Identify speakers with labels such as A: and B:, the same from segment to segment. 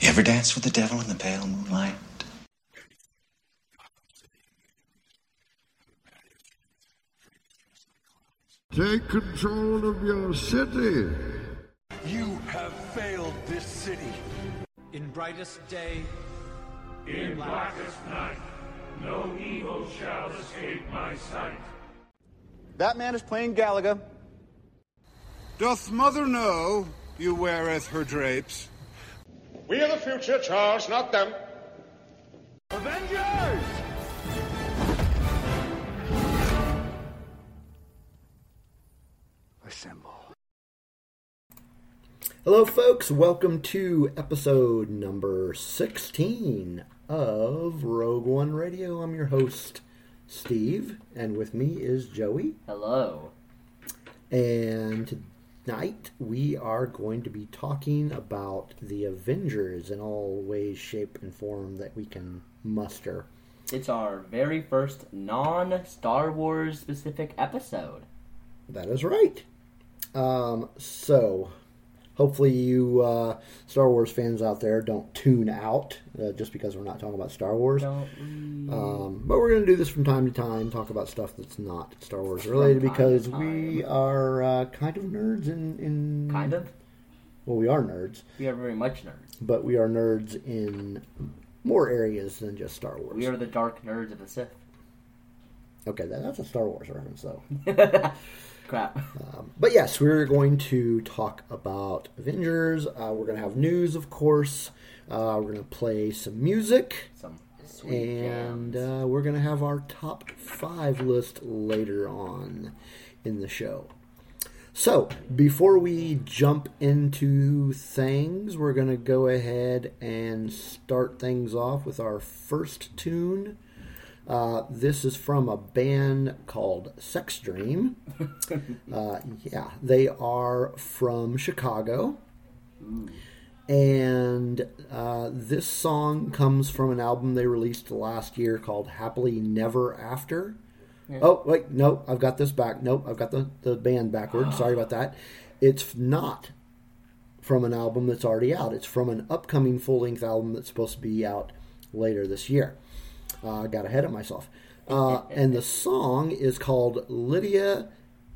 A: ever danced with the devil in the pale moonlight?
B: Take control of your city.
C: You have failed this city.
D: In brightest day,
E: in blackest night, no evil shall escape my sight.
F: That man is playing Galaga.
G: Doth mother know you weareth her drapes?
H: We are the future, Charles, not them.
I: Avengers!
J: Assemble. Hello, folks. Welcome to episode number 16 of Rogue One Radio. I'm your host, Steve, and with me is Joey.
K: Hello.
J: And tonight we are going to be talking about the Avengers in all ways, shape, and form that we can muster.
K: It's our very first non Star Wars specific episode.
J: That is right. Um, so, hopefully, you uh, Star Wars fans out there don't tune out uh, just because we're not talking about Star Wars. Um, but we're going to do this from time to time, talk about stuff that's not Star Wars related because we are uh, kind of nerds in, in.
K: Kind of?
J: Well, we are nerds.
K: We are very much nerds.
J: But we are nerds in more areas than just Star Wars.
K: We are the dark nerds of the Sith.
J: Okay, that, that's a Star Wars reference, though.
K: Crap.
J: Um, but yes, we're going to talk about Avengers. Uh, we're going to have news, of course. Uh, we're going to play some music.
K: Some sweet
J: and
K: jams.
J: uh, we're going to have our top five list later on in the show. So, before we jump into things, we're going to go ahead and start things off with our first tune. Uh, this is from a band called Sex Dream. uh, yeah, they are from Chicago. And uh, this song comes from an album they released last year called Happily Never After. Oh, wait, no, I've got this back. Nope, I've got the, the band backward. Sorry about that. It's not from an album that's already out, it's from an upcoming full length album that's supposed to be out later this year. Uh, I got ahead of myself. Uh, and the song is called Lydia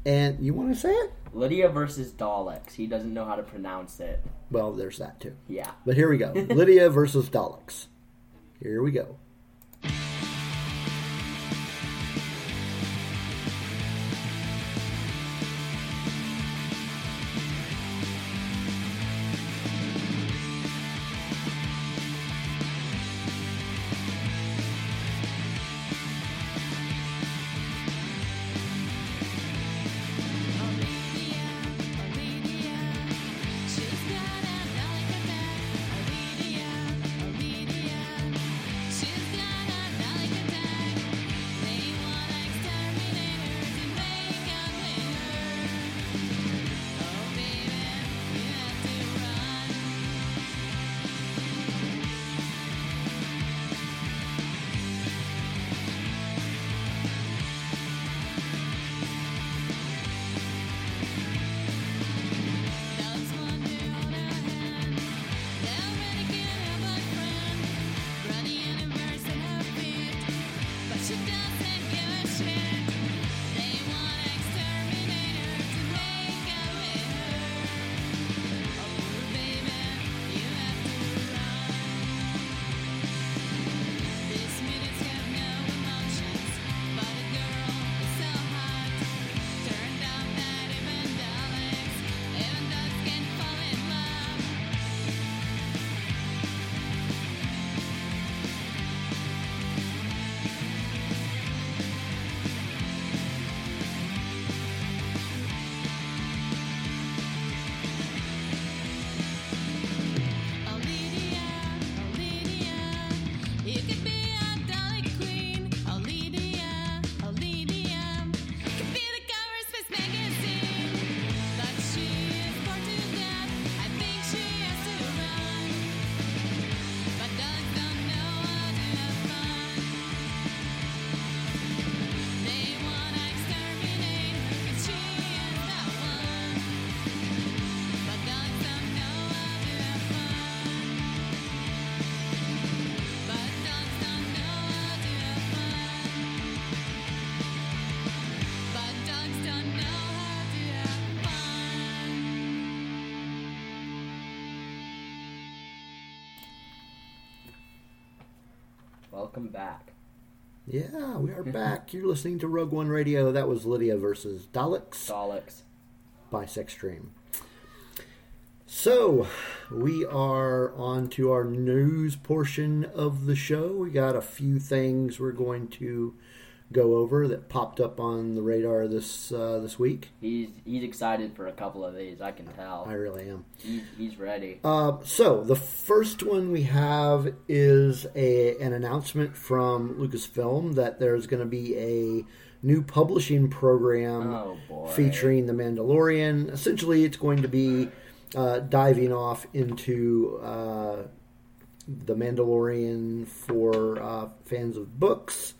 J: and. You want to say it?
K: Lydia versus Daleks. He doesn't know how to pronounce it.
J: Well, there's that too.
K: Yeah.
J: But here we go Lydia versus Daleks. Here we go.
L: She's
K: Welcome back.
J: Yeah, we are back. You're listening to Rogue One Radio. That was Lydia versus Daleks
K: Daleks.
J: by Sexstream. So, we are on to our news portion of the show. We got a few things we're going to go over that popped up on the radar this uh, this week.
K: He's he's excited for a couple of these. I can tell.
J: I really am.
K: He's, he's ready.
J: Uh, so the first one we have is a an announcement from Lucasfilm that there's going to be a new publishing program
K: Oh, boy.
J: featuring The Mandalorian. Essentially, it's going to be uh, diving off into uh, The Mandalorian for uh, fans of books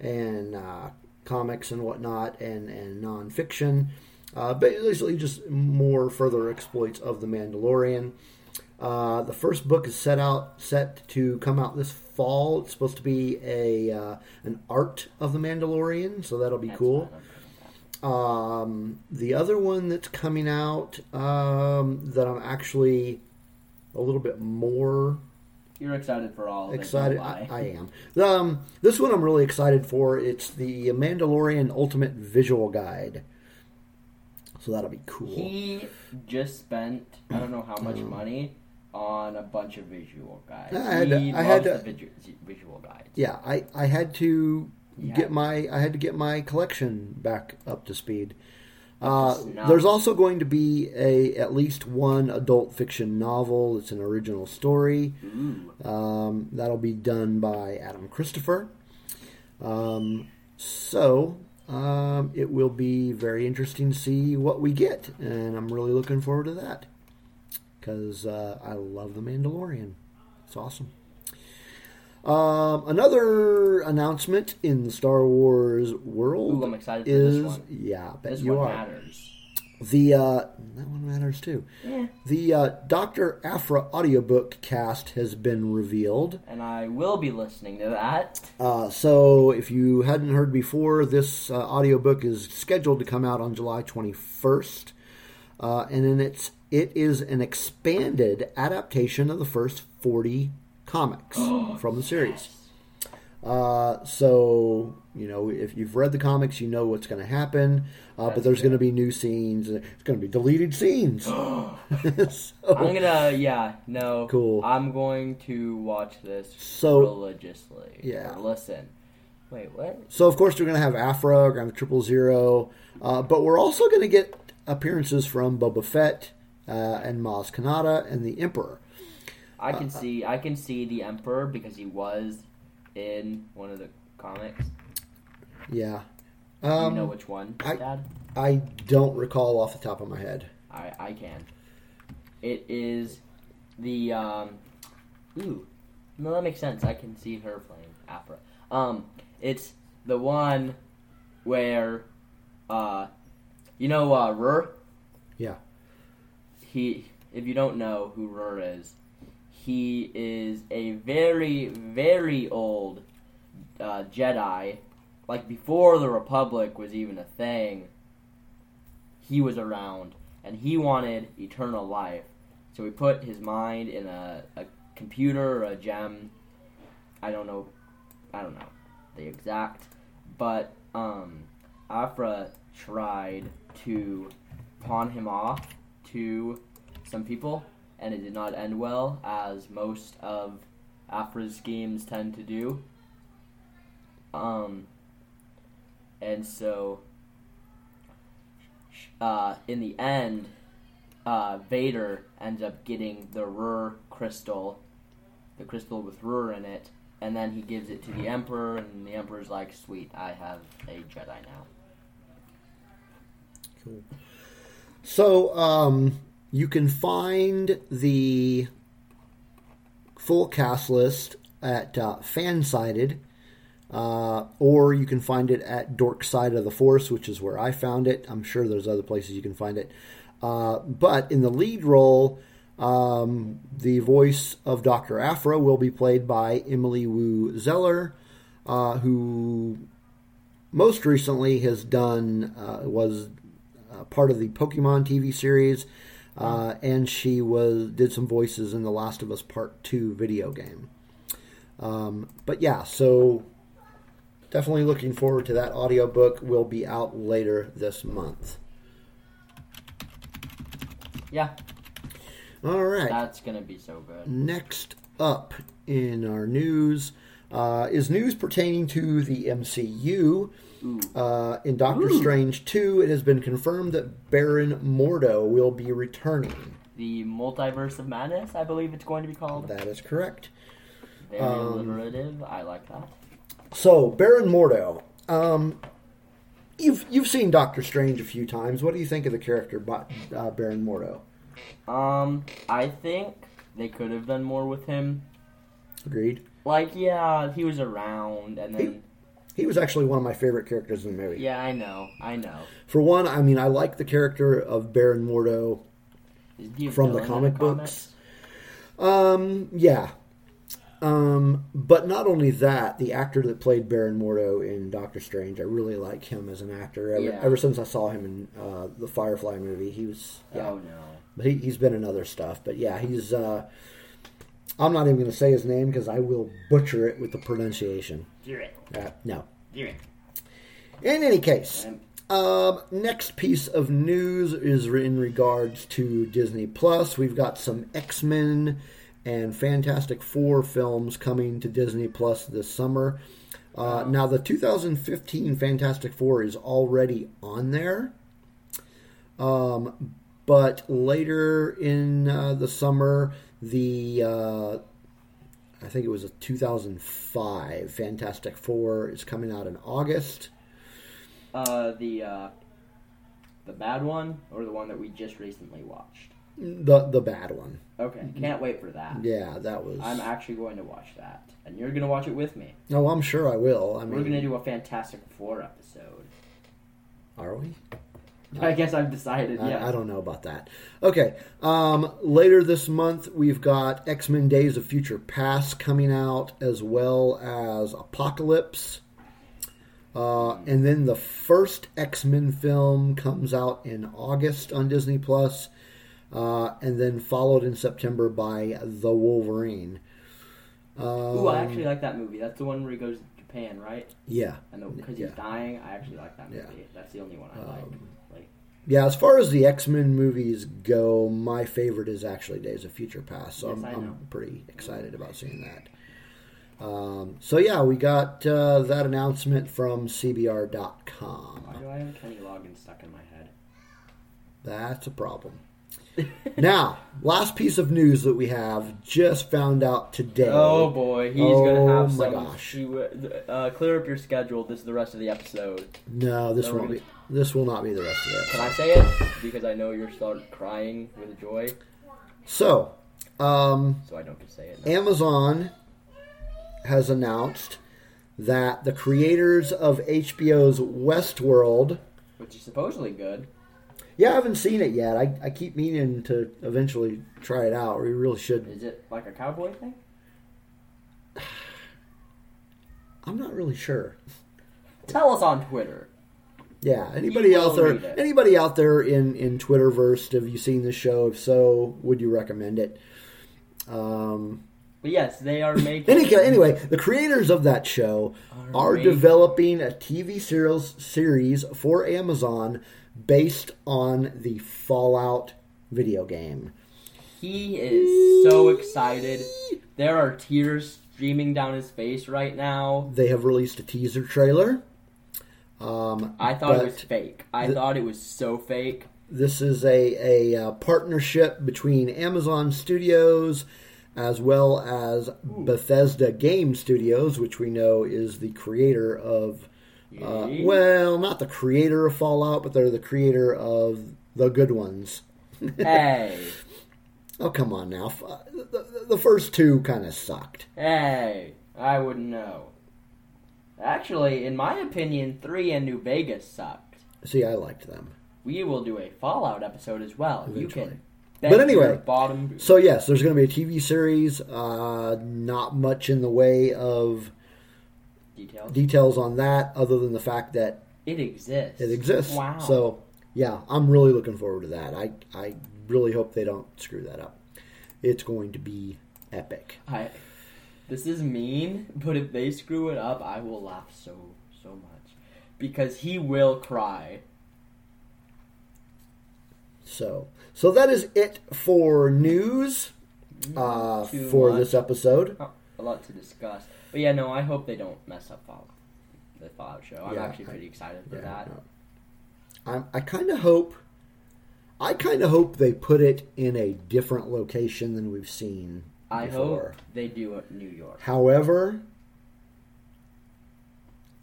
J: and uh, comics and whatnot and, and nonfiction. Uh, basically, just more further exploits of The Mandalorian. Uh, the first book is set out set to come out this fall. It's supposed to be a uh, an art of the Mandalorian, so that'll be cool. Um, the other one that's coming out um, that I'm actually a little bit more
K: You're excited for all. of it, don't
J: excited. I,
K: lie.
J: I am. Um, this one I'm really excited for. It's the Mandalorian Ultimate Visual Guide. So that'll be cool.
K: He just spent I don't know how much money on a bunch of visual guides.
J: I had
K: he
J: to- I had
K: loves
J: to-
K: the visu- visual guides.
J: yeah, I, I had to
K: Yeah.
J: get my I had to get my collection back up to speed. Uh,
K: snuff.
J: there's also going to be a at least one adult fiction novel. It's an original story. Um, that'll be done by Adam Christopher. Um, so um, it will be very interesting to see what we get, and I'm really looking forward to that because uh, I love the Mandalorian. It's awesome. Um, another announcement in the Star Wars world
K: Ooh, I'm excited for
J: is
K: this one.
J: yeah, I bet
K: This
J: you
K: one
J: are.
K: matters.
J: The uh, that one matters too. The uh, Doctor Afra audiobook cast has been revealed.
K: And I will be listening to that.
J: Uh, so, if you hadn't heard before, this uh, audiobook is scheduled to come out on July 21st. Uh, and then it's it is an expanded adaptation of the first 40 comics from the series. Uh, so, you know, if you've read the comics, you know what's going to happen. Uh, but there's going to be new scenes. It's going to be deleted scenes. So-
K: I'm gonna yeah, no.
J: Cool.
K: I'm going to watch this
J: So-
K: religiously.
J: Yeah.
K: Or Listen. Wait, what?
J: So of course we're going to have Afra, we're going to have Triple Zero, uh, but we're also going to get appearances from Boba Fett uh, and Maz Kanata and the Emperor.
K: I
J: Uh,
K: can see I can see the Emperor because he was in one of the comics.
J: Yeah,
K: Do you know which one,
J: Um, I-
K: Dad?
J: I don't recall off the top of my head.
K: I, I can. It is the um Ooh. No, that makes sense. I can see her playing Afra. Um, it's the one where uh you know uh Rur?
J: Yeah,
K: he if you don't know who Rur is, he is a very, very old uh, Jedi. Like before the Republic was even a thing, he was around and he wanted eternal life. So he put his mind in a, a computer or a gem. I don't know I don't know the exact, but um, Afra tried to pawn him off to some people, and it did not end well, as most of Afra's schemes tend to do. Um, and so, sh- uh, in the end, uh, Vader ends up getting the Rur crystal, the crystal with Rur in it, and then he gives it to the Emperor, and the Emperor's like, "Sweet, I have a Jedi now."
J: cool. So um, you can find the full cast list at uh, Fansided, uh, or you can find it at Dork Side of the Force, which is where I found it. I'm sure there's other places you can find it. Uh, but in the lead role, um, the voice of Dr. Afra will be played by Emily Wu Zeller, uh, who most recently has done, uh, was uh, part of the Pokemon TV series, uh, and she was did some voices in the Last of Us Part Two video game. Um, but yeah, so definitely looking forward to that audiobook. Will be out later this month.
K: Yeah,
J: All right.
K: that's gonna be so good.
J: Next up in our news uh, is news pertaining to the MCU. Uh, in Doctor Strange 2, it has been confirmed that Baron Mordo will be returning.
K: The multiverse of madness, I believe it's going to be called.
J: That um, is correct.
K: Very alliterative. I like that.
J: So, Baron Mordo, um, you've, you've seen Doctor Strange a few times. What do you think of the character, Bo- uh, Baron Mordo?
K: Um, I think they could have done more with him.
J: Agreed.
K: Like, yeah, he was around, and then
J: He was actually one of my favorite characters in the movie.
K: yeah, I know, I know.
J: For one, I mean, I like the character of Baron Mordo
K: Is he a
J: from the
K: villain in
J: comic books.
K: comics?
J: Um, yeah. Um, but not only that, the actor that played Baron Mordo in Doctor Strange, I really like him as an actor. Ever,
K: Yeah.
J: ever since I saw him in uh, the Firefly movie, he was uh, yeah.
K: Oh no.
J: But he, he's been in other stuff. But yeah, he's. Uh, I'm not even going to say his name because I will butcher it with the pronunciation.
K: Direct.
J: Uh, no.
K: Direct.
J: In any case, um, next piece of news is in regards to Disney Plus. We've got some X Men and Fantastic Four films coming to Disney Plus this summer. Uh, now, the 2015 Fantastic Four is already on there, um, but later in uh, the summer, the uh, I think it was a 2005 Fantastic Four is coming out in August.
K: Uh, the uh, the bad one or the one that we just recently watched.
J: The the bad one.
K: Okay,
J: Mm-hmm.
K: can't wait for that.
J: Yeah, that was.
K: I'm actually going to watch that, and you're gonna watch it with me.
J: no, Oh, I'm sure I will. I
K: We're
J: mean,
K: gonna do a Fantastic Four episode.
J: are we?
K: I guess I've decided. Yeah.
J: I, I don't know about that. Okay. Um, later this month, we've got X Men Days of Future Past coming out, as well as Apocalypse. Uh, and then the first X Men film comes out in August on Disney Plus, uh, and then followed in September by The Wolverine.
K: Ooh, I actually like that movie. That's the one where he goes to Japan, right?
J: Yeah.
K: And because
J: yeah.
K: he's dying, I actually like that movie.
J: Yeah. Um,
K: That's the only one I like. Like,
J: Yeah, as far as the X Men movies go, my favorite is actually Days of Future Past, so I'm,
K: Yes, I know.
J: I'm pretty excited about seeing that. Um, so yeah, we got uh, that announcement from
K: why
J: CBR.com.
K: do I have Kenny Loggins stuck in my head?
J: That's a problem. now, last piece of news that we have just found out today.
K: Oh boy, he's
J: Oh,
K: gonna have
J: my
K: some.
J: gosh.
K: she w- uh, clear up your schedule. This is the rest of the episode.
J: No, this
K: No,
J: won't
K: we're
J: be. This will not be the rest of it.
K: Can I say it? Because I know you're start crying with joy,
J: So, um,
K: so I don't get to say it.
J: Amazon has announced that the creators of HBO's Westworld.
K: Which is supposedly good.
J: Yeah, I haven't seen it yet. I, I keep meaning to eventually try it out. We really should.
K: Is it like a cowboy thing?
J: I'm not really sure.
K: Tell us on Twitter.
J: Yeah, anybody out
K: will
J: there?
K: read it.
J: Anybody out there in in Twitterverse? Have you seen this show? If so, would you recommend it?
K: But yes, they are making.
J: Any, anyway, the creators of that show are
K: Alright.
J: developing a TV serials series for Amazon based on the Fallout video game.
K: He is so excited. There are tears streaming down his face right now.
J: They have released a teaser trailer.
K: I thought
J: But
K: it was fake. I thought it was so fake.
J: This is a, a uh, partnership between Amazon Studios as well as Bethesda Game Studios, which we know is the creator of. Uh,
K: Yeah.
J: well, not the creator of Fallout, but they're the creator of the good ones.
K: Hey,
J: Oh, come on now. F- The, the, the first two kind of sucked.
K: hey, I wouldn't know. Actually, in my opinion, three and New Vegas sucked.
J: See, I liked them.
K: We will do a Fallout episode as well. You
J: Eventually.
K: can.
J: But
K: thank
J: anyway,
K: your bottom.
J: So, yes, there's going to be a TV series. Uh, not much in the way of
K: details.
J: details on that other than the fact that
K: it exists.
J: it exists.
K: Wow.
J: So, yeah, I'm really looking forward to that. I, I really hope they don't screw that up. It's going to be epic.
K: I, This is mean, but if they screw it up, I will laugh so so much because he will cry.
J: So, so that is it for news uh,
K: Too
J: for
K: much.
J: this episode.
K: Not a lot to discuss, but yeah, no, I hope they don't mess up Fallout, the Fallout show. I'm
J: Yeah,
K: actually
J: I-
K: pretty excited for
J: Yeah,
K: that.
J: I'm, I kind of hope, I kind of hope they put it in a different location than we've seen.
K: I
J: before.
K: hope they do it in New York.
J: However,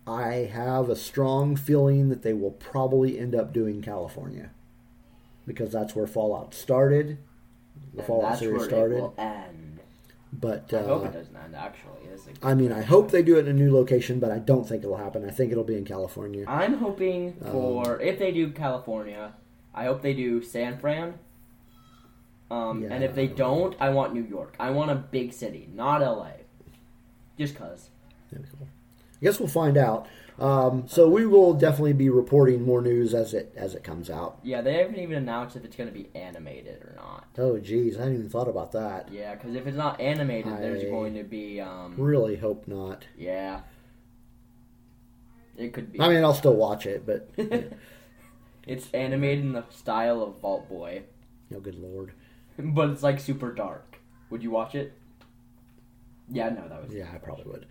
J: I have a strong feeling that they will probably end up doing California because that's where Fallout started. The
K: And
J: Fallout
K: that's
J: series
K: where
J: started,
K: it will end.
J: but
K: I hope
J: uh,
K: it doesn't end. Actually, It's a-
J: I mean, I hope they do it in a new location, but I don't think it'll happen. I think it'll be in California.
K: I'm hoping
J: Um,
K: for if they do California, I hope they do San Fran. Um, and if they
J: Yeah.
K: don't, I want New York. I want a big city, not LA. Just cause.
J: That'd be cool. I guess we'll find out. Um, so we will definitely be reporting more news as it as it comes out.
K: Yeah, they haven't even announced if it's gonna be animated or not.
J: Oh, geez, I hadn't even thought about that.
K: Yeah, because if it's not animated, there's
J: I-
K: going to be um.
J: Really hope not.
K: Yeah. It could be.
J: I mean, I'll still watch it, but
K: it's animated in the style of Vault Boy,
J: oh, good lord,
K: but it's like super dark. Would you watch it? Yeah, no, that was
J: yeah, I probably would.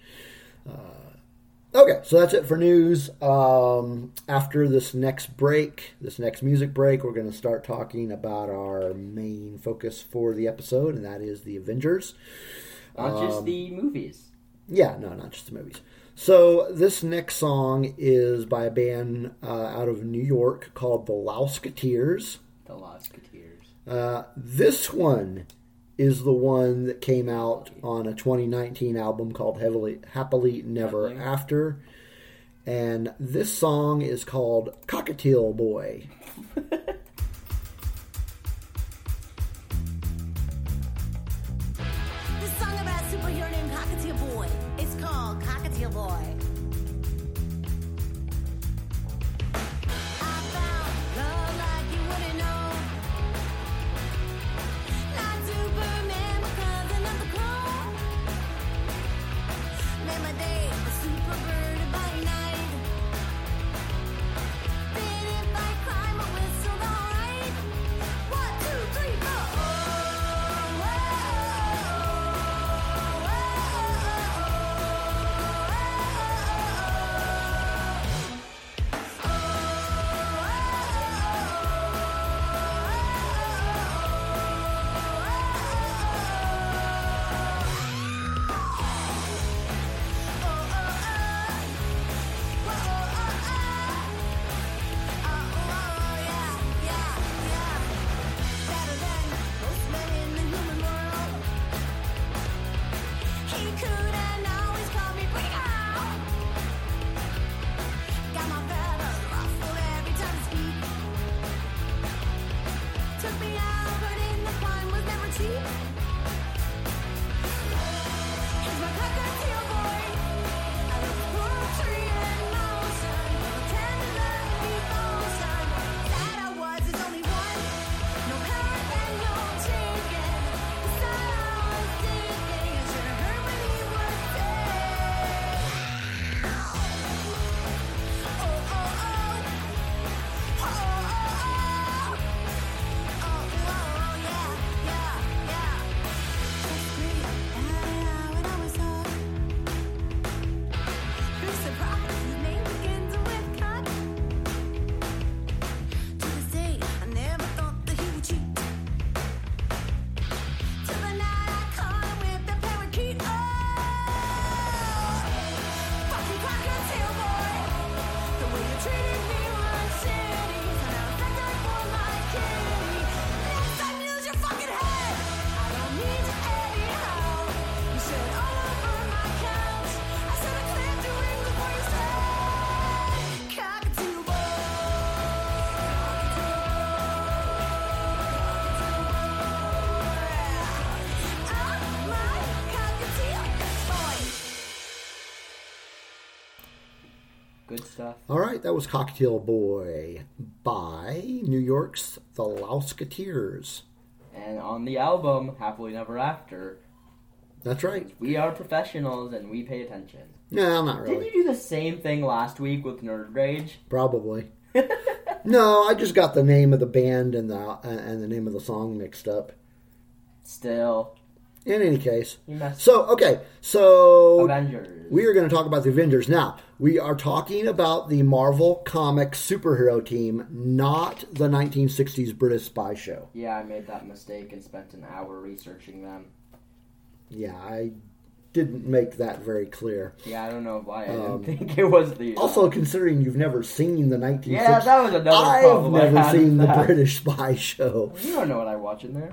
J: Uh, okay, so that's it for news. Um, after this next break, this next music break, we're going to start talking about our main focus for the episode, and that is the Avengers.
K: not
J: Um,
K: just the movies.
J: Yeah, no, not just the movies. So this next song is by a band uh, out of New York called the Lousketeers.
K: The Losketeers.
J: Uh, this one is the one that came out on a 2019 album called Heavily, Happily Never
K: Happily.
J: After. And this song is called Cockatiel Boy.
I: The song about a superhero named Cockatiel Boy. It's called Cockatiel Boy. I found love like you wouldn't know. Not Superman because another clone. Made my day a super bird by night. Then if I climb a whistle, alright. One, two, three, four. Oh, Took me out, but in the fun was never cheap. He's my cockatiel boy. I love poetry and motion, tender emotion. That I was is only one. No power and no taking. It's not all I was thinking. I should have heard what he was saying. Oh, oh, oh. Oh, oh, oh, oh. Oh, oh, yeah, yeah, yeah. When I was up, who's surprised his name begins with cut? To this day, I never thought that he would cheat. Till the night I caught him with the parakeet. Oh, fucking cockatiel boy, the way you treated me was shitty. And I was begging for my kitty. Next time you lose your fucking head, I don't need you anyhow. You should all over my couch. I should have clipped your wings before you said, cockatiel boy. I'm my cockatiel boy.
K: Good stuff.
J: All right, that was Cockatiel Boy by New York's The Lousketeers.
K: And on the album, Happily Never After,
J: That's right.
K: We are professionals and we pay attention.
J: No, not
K: Did
J: really.
K: you do the same thing last week with Nerd Rage?
J: Probably. no, I just got the name of the band and the uh, and the name of the song mixed up.
K: Still,
J: In any case,
K: you messed
J: so okay, so
K: Avengers.
J: we are going to talk about the Avengers now. We are talking about the Marvel Comics superhero team, not the 1960s British spy show.
K: yeah, I made that mistake and spent an hour researching them.
J: Yeah, I didn't make that very clear.
K: Yeah, I don't know why I didn't think it was the
J: Um, Also, considering you've never seen the 1960s,
K: Yeah, that was another
J: I've
K: problem I
J: never
K: had
J: seen
K: with
J: the
K: that.
J: British spy show.
K: You don't know what I watch in there.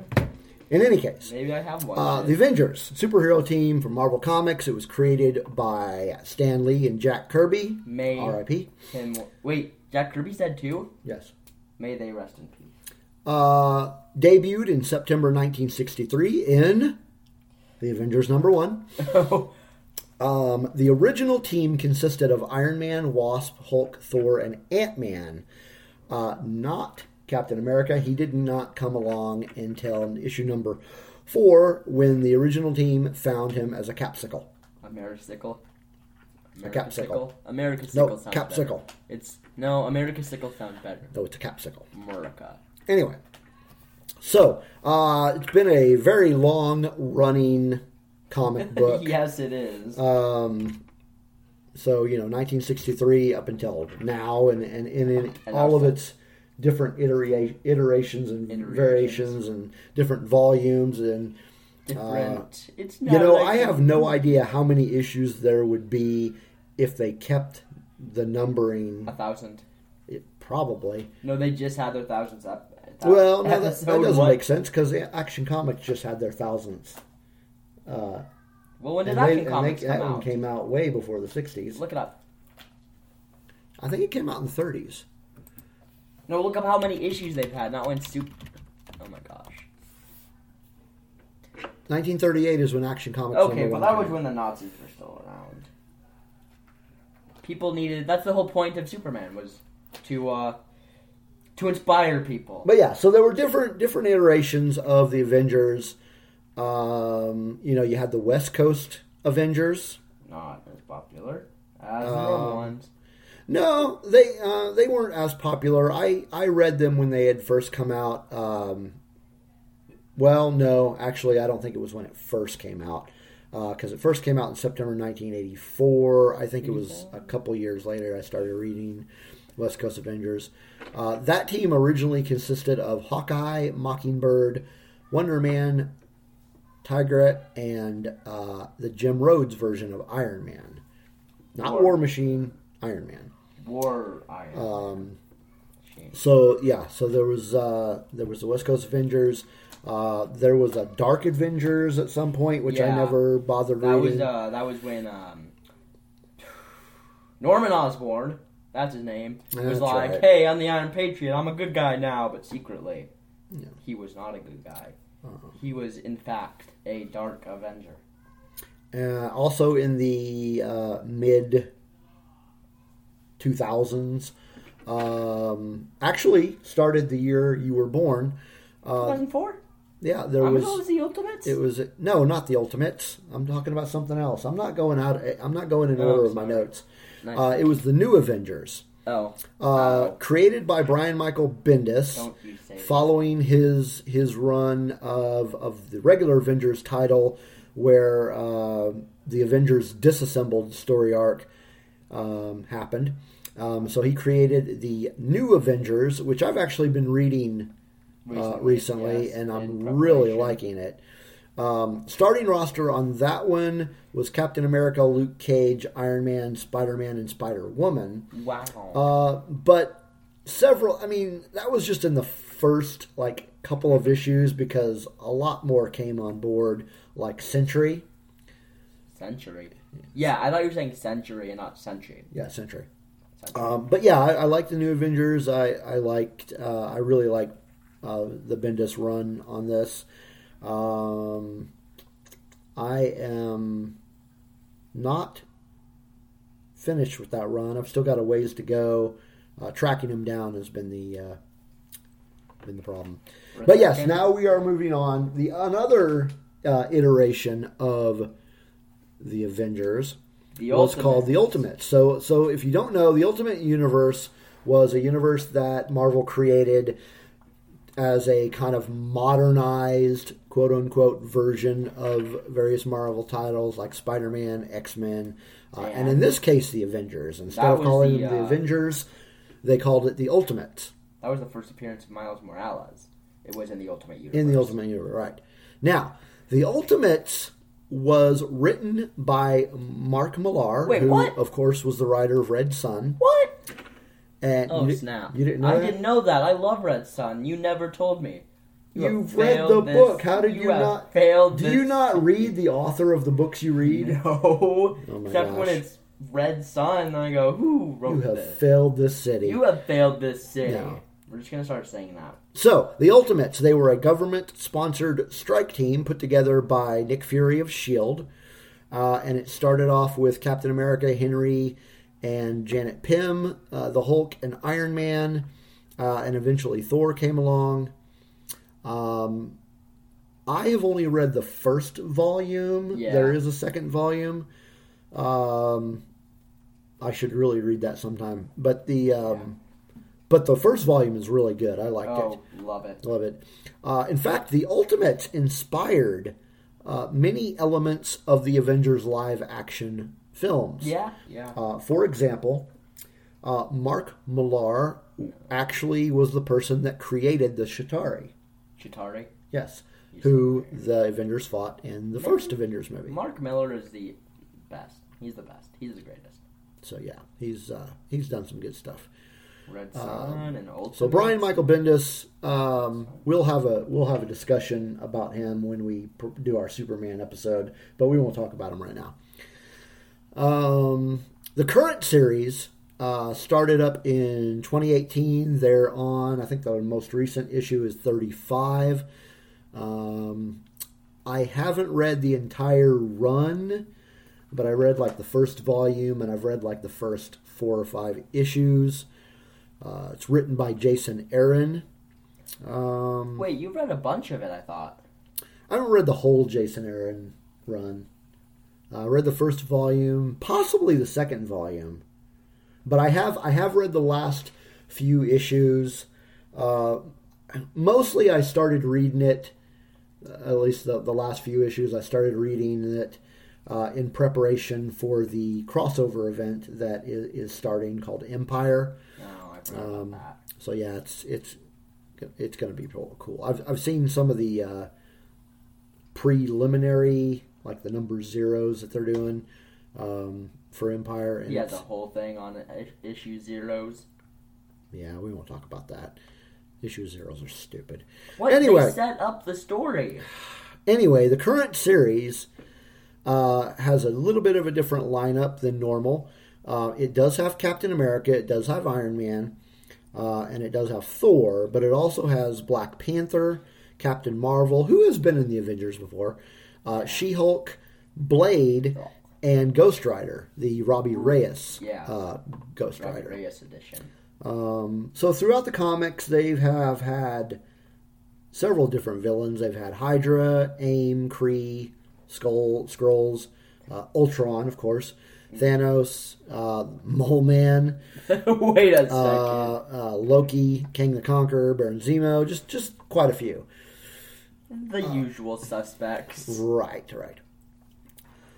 J: In any case,
K: Maybe I have one.
J: Uh, the Avengers, superhero team from Marvel Comics. It was created by Stan Lee and Jack Kirby.
K: May
J: R.I.P.
K: him. Wait, Jack Kirby's dead too.
J: Yes.
K: May they rest in peace.
J: Uh, debuted in September 1963 in The Avengers number one. um, the original team consisted of Iron Man, Wasp, Hulk, Thor, and Ant Man. Uh, not Captain America. He did not come along until issue number four when the original team found him as a capsicle.
K: Americicle.
J: A capsicle.
K: America sickle
J: No,
K: sounds
J: capsicle.
K: better. It's no America sickle sounds better.
J: No, it's a capsicle.
K: America.
J: Anyway, so uh, it's been a very long running comic book.
K: yes, it is.
J: uh, So, you know, 1963 up until now, and, and, and in
K: And
J: all of
K: also-
J: its different itera- iterations and
K: Iterations.
J: variations and different volumes. And,
K: Different. it's not
J: uh, you know,
K: like
J: I have no idea how many issues there would be if they kept the numbering,
K: a thousand.
J: it, probably.
K: No, they just had their thousands up.
J: Well, no, that, that
K: episode
J: doesn't
K: one.
J: make sense because Action Comics just had their thousandth.
K: Well, when
J: And,
K: did that
J: they,
K: Action
J: and they-
K: Comics
J: that
K: come
J: one
K: out?
J: came out way before the 60s.
K: Look it up.
J: I think it came out in the 30s.
K: No, look up how many issues they've had. Not when soup. Oh my gosh.
J: 1938 is when Action Comics.
K: Okay,
J: number
K: well
J: one
K: that
J: came
K: was
J: out.
K: when the Nazis were still around. People needed. That's the whole point of Superman was to uh to inspire people.
J: But yeah, so there were different different iterations of the Avengers. Um, you know, you had the West Coast Avengers.
K: Not as popular
J: Um,
K: as the normal ones.
J: No, they uh, they weren't as popular. I I read them when they had first come out. Um, well, no, actually, I don't think it was when it first came out because it first came out in September 1984. I think it was a couple years later I started reading West Coast Avengers. Uh, that team originally consisted of Hawkeye, Mockingbird, Wonder Man, Tigret, and uh, the Jim Rhodes version of Iron Man, not War Machine, Iron Man.
K: War Iron. Um.
J: So yeah, so there was uh, there was the West Coast Avengers. Uh, there was a Dark Avengers at some point, which I
K: Yeah.
J: never bothered
K: That was
J: reading.
K: uh that was when um Norman Osborn. That's his name.
J: That's
K: was like,
J: right.
K: hey, I'm the Iron Patriot. I'm a good guy now, but secretly, he was not a good guy.
J: Uh-huh.
K: He was, in fact, a dark Avenger.
J: Uh, also in the uh, mid two thousands, um, actually started the year you were born.
K: 2004?
J: Yeah, there
K: I
J: was.
K: was always the Ultimates.
J: It was no, not the Ultimates. I'm talking about something else. I'm not going out. I'm not going in order of my notes.
K: Oh, Nice.
J: Uh, it was the New Avengers.
K: oh,
J: Uh, created by Brian Michael Bendis,
K: Don't you say that.
J: following his his run of of the regular Avengers title, where uh, the Avengers disassembled story arc um, happened. Um, so he created the New Avengers, which I've actually been reading uh, recently,
K: yes,
J: and I'm
K: in
J: really
K: preparation.
J: liking it. Um, starting roster on that one was Captain America, Luke Cage, Iron Man, Spider Man, and Spider Woman.
K: wow.
J: Uh, but several, I mean, that was just in the first like couple of issues because a lot more came on board, like Century.
K: century. Yeah, I thought you were saying century and not century.
J: Yeah, Century. Um, but yeah, I, I like the New Avengers. I I liked. Uh, I really like uh, the Bendis run on this. Um, I am not finished with that run. I've still got a ways to go. Uh, tracking him down has been the uh, been the problem. But yes, now we are moving on. The another uh, iteration of the Avengers
K: The
J: was
K: Ultimates.
J: called the Ultimate. So, so if you don't know, the Ultimate Universe was a universe that Marvel created as a kind of modernized quote unquote version of various Marvel titles like Spider Man, X Men, uh, and in this case, the Avengers. Instead
K: That
J: of
K: was
J: calling
K: the,
J: them the
K: uh,
J: Avengers, they called it the Ultimates.
K: That was the first appearance of Miles Morales. It was in the Ultimate Universe.
J: In the Ultimate Universe, right. Now, the Ultimates was written by Mark Millar,
K: Wait,
J: who,
K: what?
J: of course, was the writer of Red Sun.
K: What?
J: And
K: Oh
J: you, di-
K: snap!
J: You didn't know
K: I
J: that?
K: didn't know that. I love Red Sun. You never told me. You have
J: You've read the
K: failed this-
J: book. How did you,
K: have
J: not
K: failed?
J: Do
K: this-
J: you not read the author of the books you read?
K: No.
J: Oh my
K: Except when
J: gosh.
K: it's Red Sun, I go, who wrote
J: You have
K: this?
J: failed this city.
K: you have failed this city.
J: No.
K: We're just gonna start saying that.
J: So, the Ultimates, they were a government sponsored strike team put together by Nick Fury of S.H.I.E.L.D. E Uh, and it started off with Captain America, Henry, and Janet Pym, uh, the Hulk, and Iron Man, uh, and eventually Thor came along. Um, I have only read the first volume.
K: Yeah.
J: There is a second volume. Um, I should really read that sometime. But the um, but the first volume is really good. I liked it.
K: Oh, love it.
J: Love it. Uh, in fact, the Ultimates inspired uh, many elements of the Avengers live action films.
K: Yeah, yeah.
J: Uh, for example, uh, Mark Millar actually was the person that created the Shatari.
K: Chitari.
J: Yes. Who the Avengers fought in the first Avengers movie.
K: Mark Miller is the best. He's the best. He's the greatest.
J: So yeah, he's uh, he's done some good stuff.
K: Red Sun and Ultimate.
J: Uh, So Brian Michael Bendis, um, we'll have a we'll have a discussion about him when we pr- do our Superman episode, but we won't talk about him right now. Um, the current series uh, started up in 2018. They're on, I think, the most recent issue is 35. Um, I haven't read the entire run, but I read like the first volume, and I've read like the first four or five issues. Uh, it's written by Jason Aaron. Um,
K: Wait, you read a bunch of it. I thought.
J: I haven't read the whole Jason Aaron run. Uh, I read the first volume, possibly the second volume, but I have I have read the last few issues. Uh, mostly, I started reading it. uh, At least the the last few issues, I started reading it uh, in preparation for the crossover event that is, is starting called Empire.
K: No, I forgot about
J: Um,
K: that.
J: So yeah, it's it's it's going to be real cool. I've I've seen some of the uh, preliminary, like the number zeros that they're doing um, for Empire. And
K: Yeah, the
J: it's-
K: whole thing on i- issue zeros.
J: yeah, we won't talk about that. Issue zeros are stupid.
K: What
J: anyway,
K: they set up the story.
J: anyway, the current series uh, has a little bit of a different lineup than normal. Uh, it does have Captain America, it does have Iron Man, uh, and it does have Thor, but it also has Black Panther, Captain Marvel, who has been in the Avengers before, uh, She Hulk, Blade, and Ghost Rider, the Robbie Reyes
K: Yeah.
J: uh, Ghost
K: Robert
J: Rider.
K: Reyes edition.
J: So throughout the comics, they have had several different villains. They've had Hydra, AIM, Kree, Skull, Scrolls, uh, Ultron, of course, Thanos, uh, Mole Man,
K: Wait a second.
J: uh, uh, Loki, King the Conqueror, Baron Zemo, just just quite a few.
K: the
J: uh,
K: usual suspects.
J: Right, right.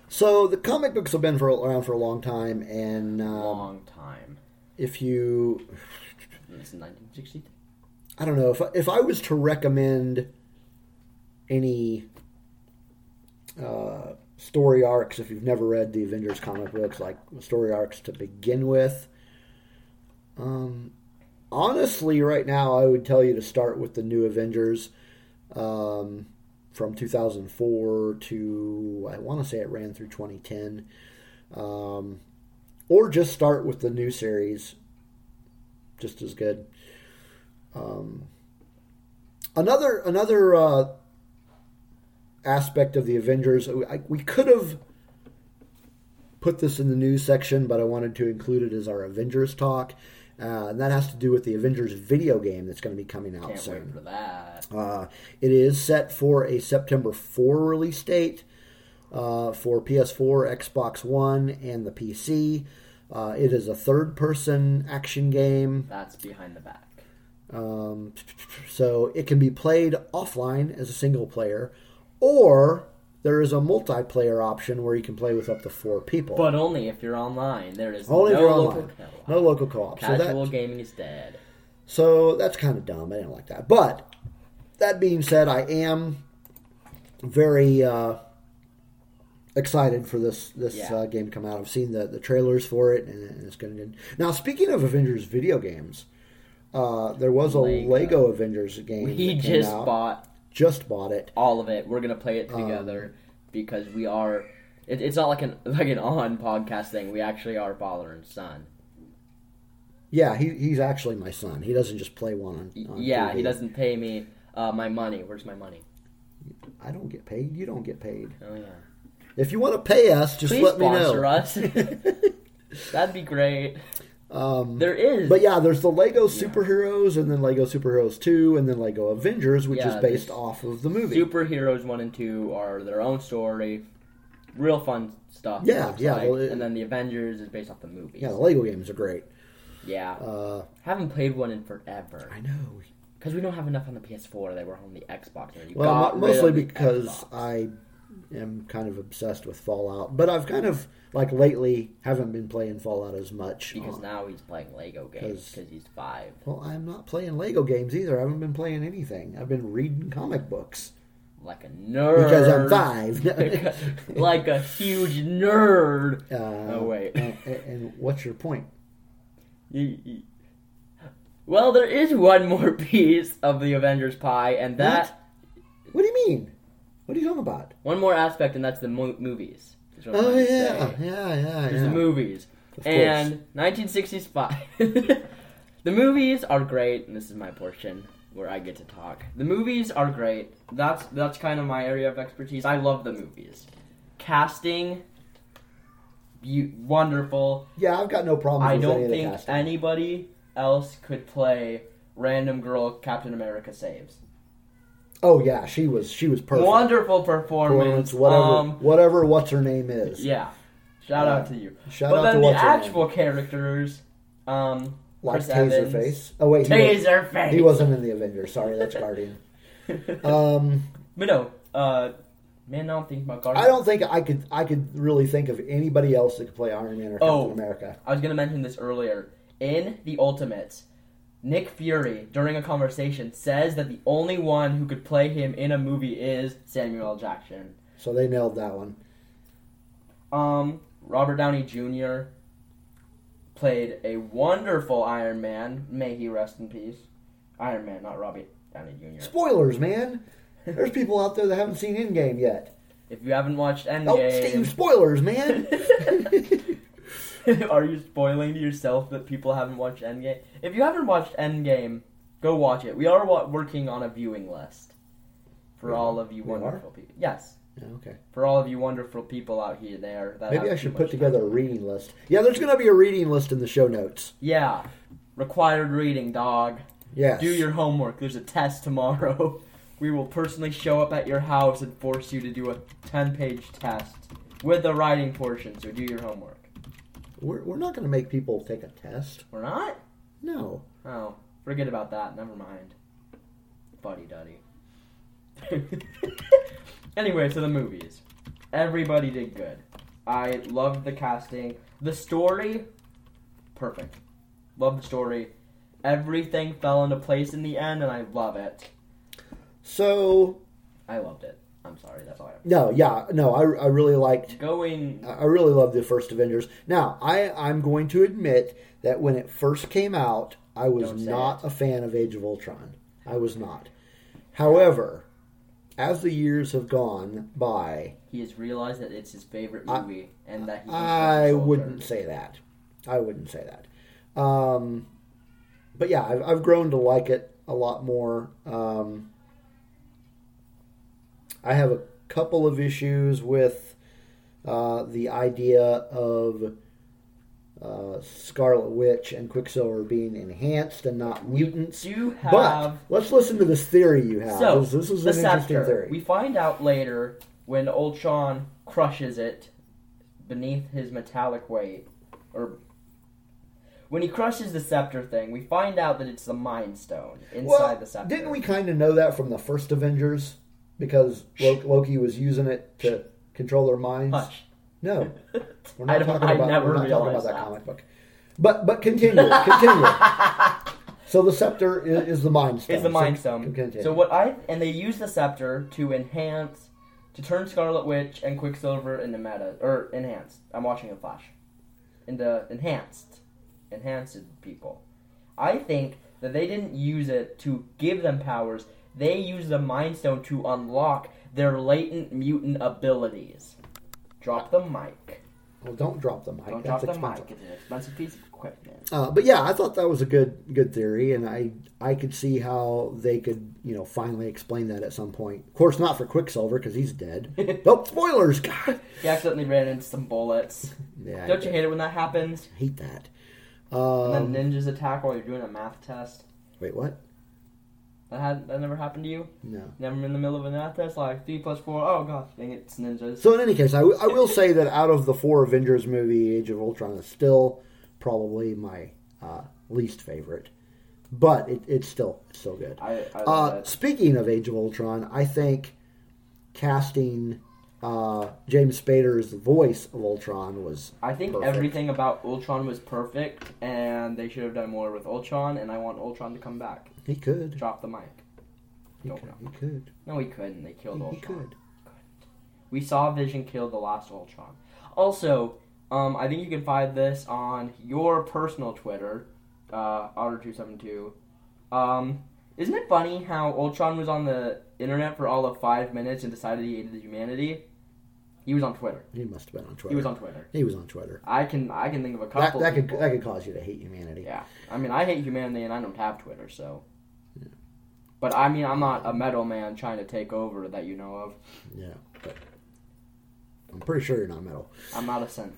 J: So the comic books have been for, around for a long time, and um,
K: Long time.
J: if you
K: It's 1963.
J: I don't know if if I was to recommend any uh, story arcs, if you've never read the Avengers comic books, like story arcs to begin with, um, honestly, right now I would tell you to start with the New Avengers um, from 2004 to I want to say it ran through 2010, um, or just start with the new series, just as good Um, another another uh, aspect of the Avengers. I, we could have put this in the news section, but I wanted to include it as our Avengers talk. Uh, and that has to do with the Avengers video game that's going to be coming out
K: Can't wait
J: soon.
K: for that.
J: Uh, it is set for a September 4 release date uh, for PS4, Xbox One, and the PC. Uh, it is a third person action game,
K: That's behind the back.
J: um, so it can be played offline as a single player, or there is a multiplayer option where you can play with up to four people.
K: But only if you're online. There is
J: only
K: no
J: if you're
K: local
J: online.
K: co-op.
J: No local co op. So
K: Casual
J: that,
K: gaming is dead.
J: So that's kind of dumb. I didn't like that. But that being said, I am very uh, excited for this this
K: Yeah.
J: uh, game to come out. I've seen the, the trailers for it, and, and it's going to. Now, speaking of Avengers video games, uh, there was a Lego,
K: Lego.
J: Avengers game.
K: We
J: that came
K: just
J: out. Um,
K: bought
J: Just bought it.
K: all of it. We're gonna play it together because we are. It, it's not like an like an on podcast thing. We actually are father and son.
J: Yeah, he, he's actually my son. He doesn't just play one on. on
K: yeah, he
J: TV.
K: doesn't pay me uh, my money. Where's my money?
J: I don't get paid. You don't get paid.
K: Oh yeah.
J: If you want to pay us, just
K: Please
J: let me
K: sponsor
J: know.
K: us. That'd be great. Um, there is,
J: But yeah, there's the Lego Superheroes, and then Lego Superheroes Two, and then Lego Avengers, which is
K: Yeah,
J: based
K: there's
J: off of the movie.
K: superheroes one and two are their own story, real fun stuff. it
J: Yeah,
K: looks
J: yeah,
K: like.
J: well, it-
K: and then the Avengers is based off the movies.
J: yeah, uh, the Lego games are great.
K: Yeah. haven't played one in forever
J: I know.
K: because we don't have enough on the PS4. They were on the Xbox. and you
J: Well,
K: got
J: mo-
K: rid of
J: mostly
K: the
J: because
K: Xbox.
J: I am kind of obsessed with Fallout, but I've kind of like lately haven't been playing Fallout as much.
K: Because
J: on-
K: now he's playing Lego games
J: 'Cause-
K: because he's five.
J: well, I'm not playing Lego games either. I haven't been playing anything. I've been reading comic books
K: Like a nerd.
J: because I'm five.
K: like a huge nerd.
J: Uh,
K: oh, wait.
J: and, and what's your point?
K: You- you- well, there is one more piece of the Avengers pie, and that.
J: What do you mean? What are you talking about?
K: One more aspect, and that's the mo- movies. is what I'm
J: Oh
K: trying to
J: yeah,
K: say.
J: yeah, yeah,
K: There's
J: yeah.
K: the movies.
J: Of
K: and 1965. the movies are great, and this is my portion where I get to talk. The movies are great. That's that's kind of my area of expertise. I love the movies. Casting, be- wonderful.
J: Yeah, I've got no problems.
K: I
J: with
K: don't
J: any of the
K: think
J: casting.
K: anybody else could play random girl Captain America saves.
J: Oh yeah, she was she was perfect.
K: Wonderful
J: Performance,
K: performance.
J: whatever,
K: Um,
J: whatever, what's her name is.
K: Yeah. Shout
J: Yeah.
K: out to you.
J: Shout
K: but
J: out
K: then
J: to
K: the
J: what's her
K: actual characters, um,
J: like
K: Chris Evans.
J: Taserface. Oh wait, he was-
K: Taserface.
J: He wasn't in the Avengers. Sorry, that's Guardian. um,
K: But no, uh, man, I don't think my guard.
J: I don't think I could I could really think of anybody else that could play Iron Man or Captain
K: Oh.
J: America.
K: I was gonna mention this earlier. In the Ultimates, Nick Fury during a conversation says that the only one who could play him in a movie is Samuel L. Jackson.
J: So they nailed that one.
K: Um, Robert Downey Jr. played a wonderful Iron Man. May he rest in peace. Iron Man, not Robbie Downey Jr.
J: Spoilers, man. There's people out there that haven't seen Endgame yet.
K: If you haven't watched
J: Oh,
K: Endgame,
J: Steve, spoilers, man.
K: are you spoiling to yourself that people haven't watched Endgame? If you haven't watched Endgame, go watch it. We are wa- working on a viewing list for all of you
J: We are?
K: wonderful people. Yes,
J: okay.
K: for all of you wonderful people out here there. That
J: Maybe
K: have
J: I
K: too
J: should
K: much
J: put
K: time.
J: together a reading list. Yeah, there's going to be a reading list in the show notes.
K: Yeah, required reading, dog.
J: Yes.
K: Do your homework. There's a test tomorrow. We will personally show up at your house and force you to do a 10 page test with the writing portion, so do your homework.
J: We're, we're not going to make people take a test.
K: We're not?
J: No.
K: Oh, forget about that. Never mind. Buddy duddy. anyway, to the movies. Everybody did good. I loved the casting. The story, perfect. Love the story. Everything fell into place in the end, and I love it.
J: So
K: I loved it. I'm sorry, that's all I have.
J: no, yeah, no. I, I really liked.
K: Going.
J: I really loved the first Avengers. Now I I'm going to admit that when it first came out, I was
K: Don't say
J: not
K: it.
J: a fan of Age of Ultron. I was not. However, as the years have gone by,
K: He has realized that it's his favorite movie, and that he.
J: I wouldn't say that. I wouldn't say that. Um, but yeah, I've, I've grown to like it a lot more. Um, I have a couple of issues with uh, the idea of uh, Scarlet Witch and Quicksilver being enhanced and not mutants.
K: do have-
J: But let's listen to this theory you have.
K: So
J: this, this is
K: the
J: an interesting
K: scepter.
J: theory.
K: We find out later when Ultron crushes it beneath his metallic weight, or when he crushes the scepter thing, we find out that it's the Mind Stone inside
J: well,
K: the scepter.
J: didn't we kind of know that from the first Avengers because Lo- Loki was using it to control their minds?
K: Hush.
J: No, we're not
K: I don't-
J: talking
K: I
J: about.
K: never
J: we're not talking about
K: realized
J: that
K: that.
J: comic book. But but continue, continue. so the scepter is, is the mind stone.
K: Is the
J: So
K: Mind
J: c-
K: Stone.
J: continue.
K: So what I and they use the scepter to enhance, to turn Scarlet Witch and Quicksilver into meta or enhanced. I'm watching a flash, into enhanced, enhanced people. I think that they didn't use it to give them powers. They used the Mind Stone to unlock their latent mutant abilities. Drop the mic.
J: Well, don't drop the mic.
K: Don't
J: That's
K: drop the
J: expensive.
K: mic. It's an expensive piece of equipment.
J: Uh, but yeah, I thought that was a good good theory, and I I could see how they could you know finally explain that at some point. Of course, not for Quicksilver because he's dead. nope, spoilers. God,
K: He accidentally ran into some bullets.
J: Yeah, I
K: Don't you
J: did.
K: hate it when that happens?
J: I hate that.
K: And
J: Um,
K: then ninjas attack while you're doing a math test.
J: Wait, what?
K: That had that never happened to you?
J: No.
K: Never in the middle of a math test, like three plus four. Oh gosh, dang it, it's ninjas.
J: So in any case, I, w- I will say that out of the four Avengers movie, Age of Ultron is still probably my uh, least favorite, but it, it's still it's still good.
K: I, I love
J: Uh,
K: it.
J: speaking of Age of Ultron, I think casting uh, James Spader as the voice of Ultron was.
K: I think
J: perfect.
K: everything about Ultron was perfect, and they should have done more with Ultron. And I want Ultron to come back.
J: he could.
K: Drop the mic.
J: He
K: Don't
J: could.
K: know.
J: He could.
K: No, he couldn't. They killed
J: He, he
K: Ultron.
J: could.
K: We saw Vision kill the last Ultron. Also, um, I think you can find this on your personal Twitter, uh, Otter272. Um, isn't it funny how Ultron was on the internet for all of five minutes and decided he hated humanity? He was on Twitter.
J: He must have been on Twitter.
K: He was on Twitter.
J: He was on Twitter.
K: I can I can think of a
J: That,
K: couple.
J: that could
K: people.
J: that could cause you to hate humanity.
K: Yeah, I mean I hate humanity and I don't have Twitter, so. But I mean I'm not a metal man trying to take over that you know of.
J: Yeah. But I'm pretty sure you're not metal.
K: I'm not a synth.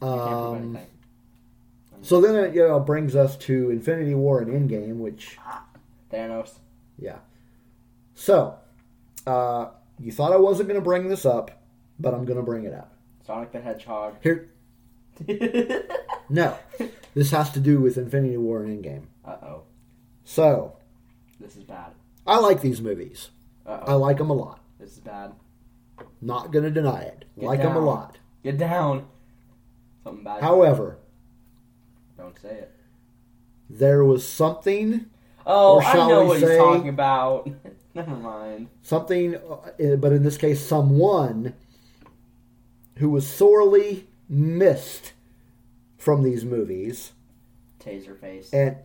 K: You can't prove
J: Um,
K: anything.
J: so then it you know, brings us to Infinity War and Endgame, which
K: Thanos.
J: Yeah. So, uh, you thought I wasn't going to bring this up, but I'm going to bring it up.
K: Sonic the Hedgehog.
J: Here. no. This has to do with Infinity War and Endgame.
K: Uh oh,
J: So,
K: this is bad.
J: I like these movies. I
K: Uh oh,
J: like them a lot.
K: this is bad.
J: Not going to deny it. Like 'em like them
K: down.
J: a lot.
K: Get down. Something bad.
J: However,
K: Don't say it.
J: there was something,
K: Oh,
J: Or
K: I
J: shall
K: know
J: we
K: what
J: say-
K: he's talking about. Never mind.
J: something, uh, but in this case, someone who was sorely missed from these movies.
K: Taser face.
J: And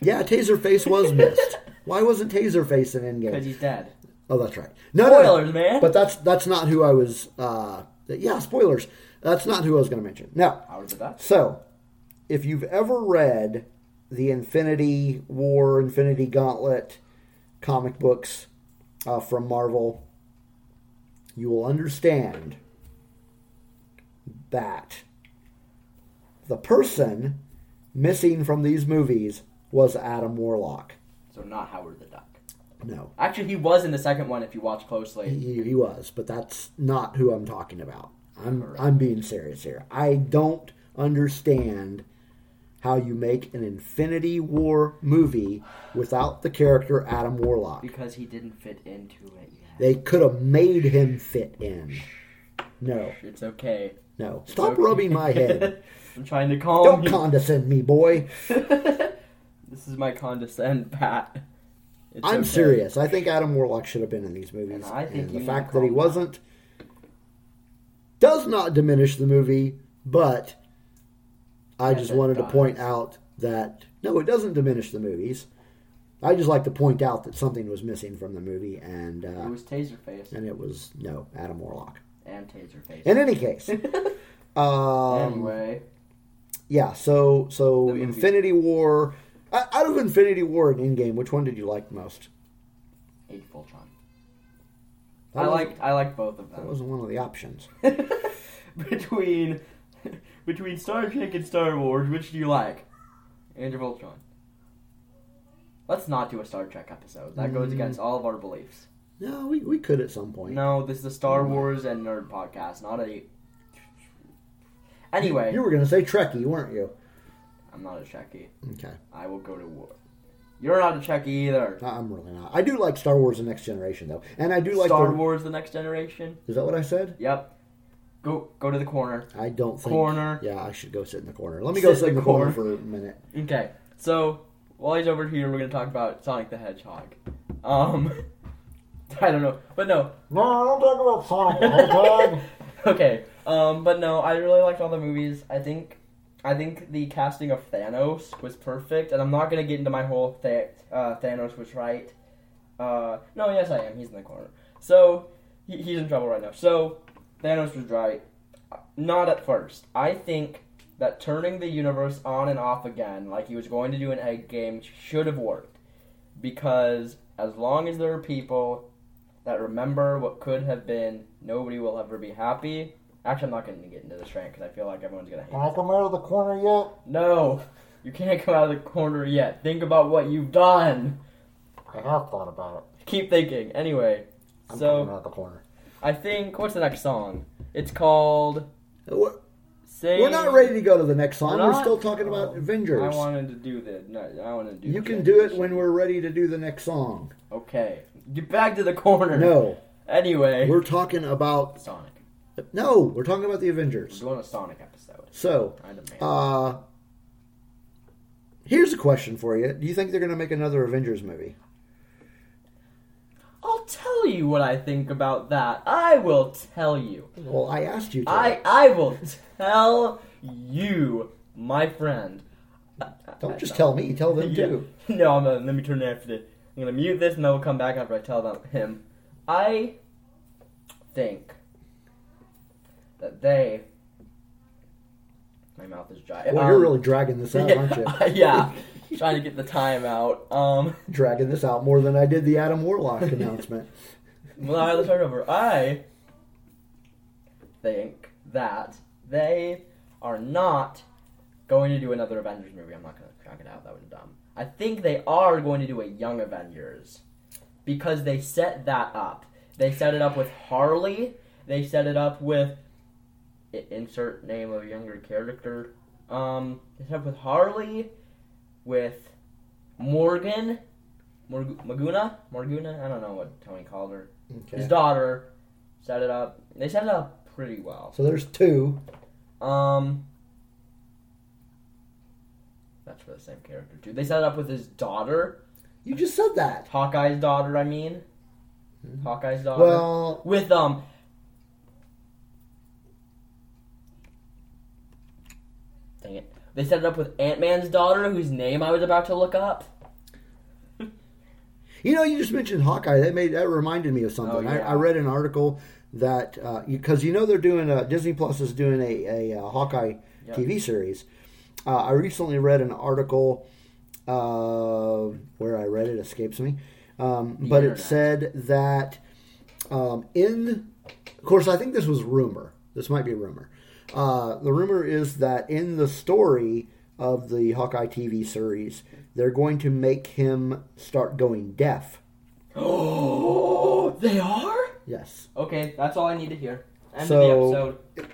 J: yeah, Taserface was missed. Why wasn't Taserface an
K: Because
J: Endgame?
K: he's dead.
J: Oh, that's right. No, no, no.
K: Spoilers, man.
J: But that's that's not who I was. Uh, yeah, spoilers. That's not who I was going to mention. No.
K: How was it that?
J: So, if you've ever read the Infinity War, Infinity Gauntlet comic books uh, from Marvel, you will understand that the person missing from these movies was Adam Warlock.
K: So not Howard the Duck.
J: No,
K: Actually, he was in the second one if you watch closely.
J: he, he was, but that's not who I'm talking about. I'm I'm being serious here. I don't understand how you make an Infinity War movie without the character Adam Warlock.
K: Because he didn't fit into it yet.
J: They could have made him fit in. No,
K: It's okay.
J: no. Stop rubbing my head.
K: I'm trying to calm
J: Don't
K: you.
J: condescend me, boy.
K: this is my condescend, Pat. It's
J: I'm
K: okay.
J: serious. I think Adam Warlock should have been in these movies.
K: And I think
J: the
K: you
J: fact
K: need to
J: that he
K: calm down.
J: wasn't does not diminish the movie, but I
K: Yes,
J: just
K: it
J: wanted to
K: does.
J: point out that no, it doesn't diminish the movies. I just like to point out that something was missing from the movie, and
K: It
J: uh,
K: was Taser face
J: and it was no Adam Warlock.
K: and Taser face.
J: In any case, um,
K: anyway,
J: yeah. So so
K: The movie.
J: Infinity War, uh, out of Infinity War and Endgame, which one did you like most?
K: Age of Ultron.
J: That
K: I
J: wasn't-
K: liked I liked both of
J: that
K: them.
J: wasn't one of the options.
K: Between between Star Trek and Star Wars, which do you like? Age of Ultron. Let's not do a Star Trek episode. That
J: Mm.
K: goes against all of our beliefs.
J: No, we, we could at some point.
K: No, this is a Star
J: Mm.
K: Wars and nerd podcast, not a. Anyway,
J: You were going to say Trekkie, weren't you?
K: I'm not a Checky.
J: Okay.
K: I will go to war. You're not a Checky either.
J: I- I'm really not. I do like Star Wars The Next Generation, though. And I do like
K: Star
J: the-
K: Wars: The Next Generation.
J: Is that what I said?
K: Yep. Go go to the corner.
J: I don't think.
K: Corner.
J: Yeah, I should go sit in the corner. Let me
K: Sit
J: go
K: in
J: sit in
K: the
J: the corner for
K: corner.
J: a minute.
K: Okay, so while he's over here, we're gonna talk about Sonic the Hedgehog. Um, I don't know, but no.
J: No, I don't talk about Sonic the Hedgehog.
K: Okay, um, but no, I really liked all the movies. I think, I think the casting of Thanos was perfect, and I'm not gonna get into my whole Th- uh, Thanos was right. Uh, no, yes, I am. He's in the corner, so he, he's in trouble right now. So Thanos was right. Not at first. I think that turning the universe on and off again, like he was going to do in Egg Game, should have worked. Because as long as there are people that remember what could have been, nobody will ever be happy. Actually, I'm not going to get into this rant because I feel like everyone's going to hate.
J: I come out of the corner yet?
K: No, you can't come out of the corner yet. Think about what you've done.
J: I have thought about it.
K: Keep thinking. Anyway, so
J: of the corner.
K: I think what's the next song? It's called.
J: We're,
K: Say
J: we're not ready to go to the next song. We're,
K: not?
J: still talking about
K: Oh,
J: Avengers.
K: I wanted to do that. No, I wanted to do.
J: you
K: the
J: can
K: Avengers.
J: do it when we're ready to do the next song.
K: Okay, get back to the corner.
J: No,
K: Anyway,
J: we're talking about
K: Sonic.
J: no, we're talking about the
K: We're
J: Avengers.
K: doing a Sonic episode.
J: So,
K: I demand.
J: uh, here's a question for you: Do you think they're going to make another Avengers movie?
K: I'll tell you what I think about that. I will tell you.
J: Well, I asked you. To.
K: I I will tell you, my friend.
J: don't just tell me; tell them
K: Yeah.
J: too.
K: No, I'm gonna, let me turn it after this. I'm gonna mute this and then we'll come back after I tell them him. I think that they. My mouth is dry.
J: Well,
K: Um,
J: you're really dragging this out, aren't you?
K: yeah, trying to get the time out. Um,
J: dragging this out more than I did the Adam Warlock announcement.
K: well, all right, let's start over. I think that they are not going to do another Avengers movie. I'm not going to crank it out. That would be dumb. I think they are going to do a Young Avengers because they set that up. They set it up with Harley. They set it up with i- insert name of younger character. Um, they set up with Harley, with Morgan, Morg- Maguna, Morguna. I don't know what Tony called her. His
J: Okay.
K: daughter set it up. They set it up pretty well.
J: So there's two.
K: Um, that's for the same character too. They set it up with his daughter,
J: You just said that.
K: Hawkeye's daughter. I mean, Hawkeye's daughter.
J: Hmm. Well,
K: with um. Dang it! They set it up with Ant Man's daughter, whose name I was about to look up.
J: You know, you just mentioned Hawkeye. That made that reminded me of something.
K: Oh, yeah.
J: I, I read an article that because you know they're doing a, Disney Plus is doing a, a, uh Hawkeye TV series. Uh, I recently read an article uh, where I read it escapes me, um, but
K: internet.
J: it said that um, in of course I think this was rumor. This might be rumor. Uh, the rumor is that in the story of the Hawkeye TV series, they're going to make him start going deaf.
K: Oh, they are.
J: Yes.
K: Okay, that's all I need to hear. End
J: So-
K: of the episode.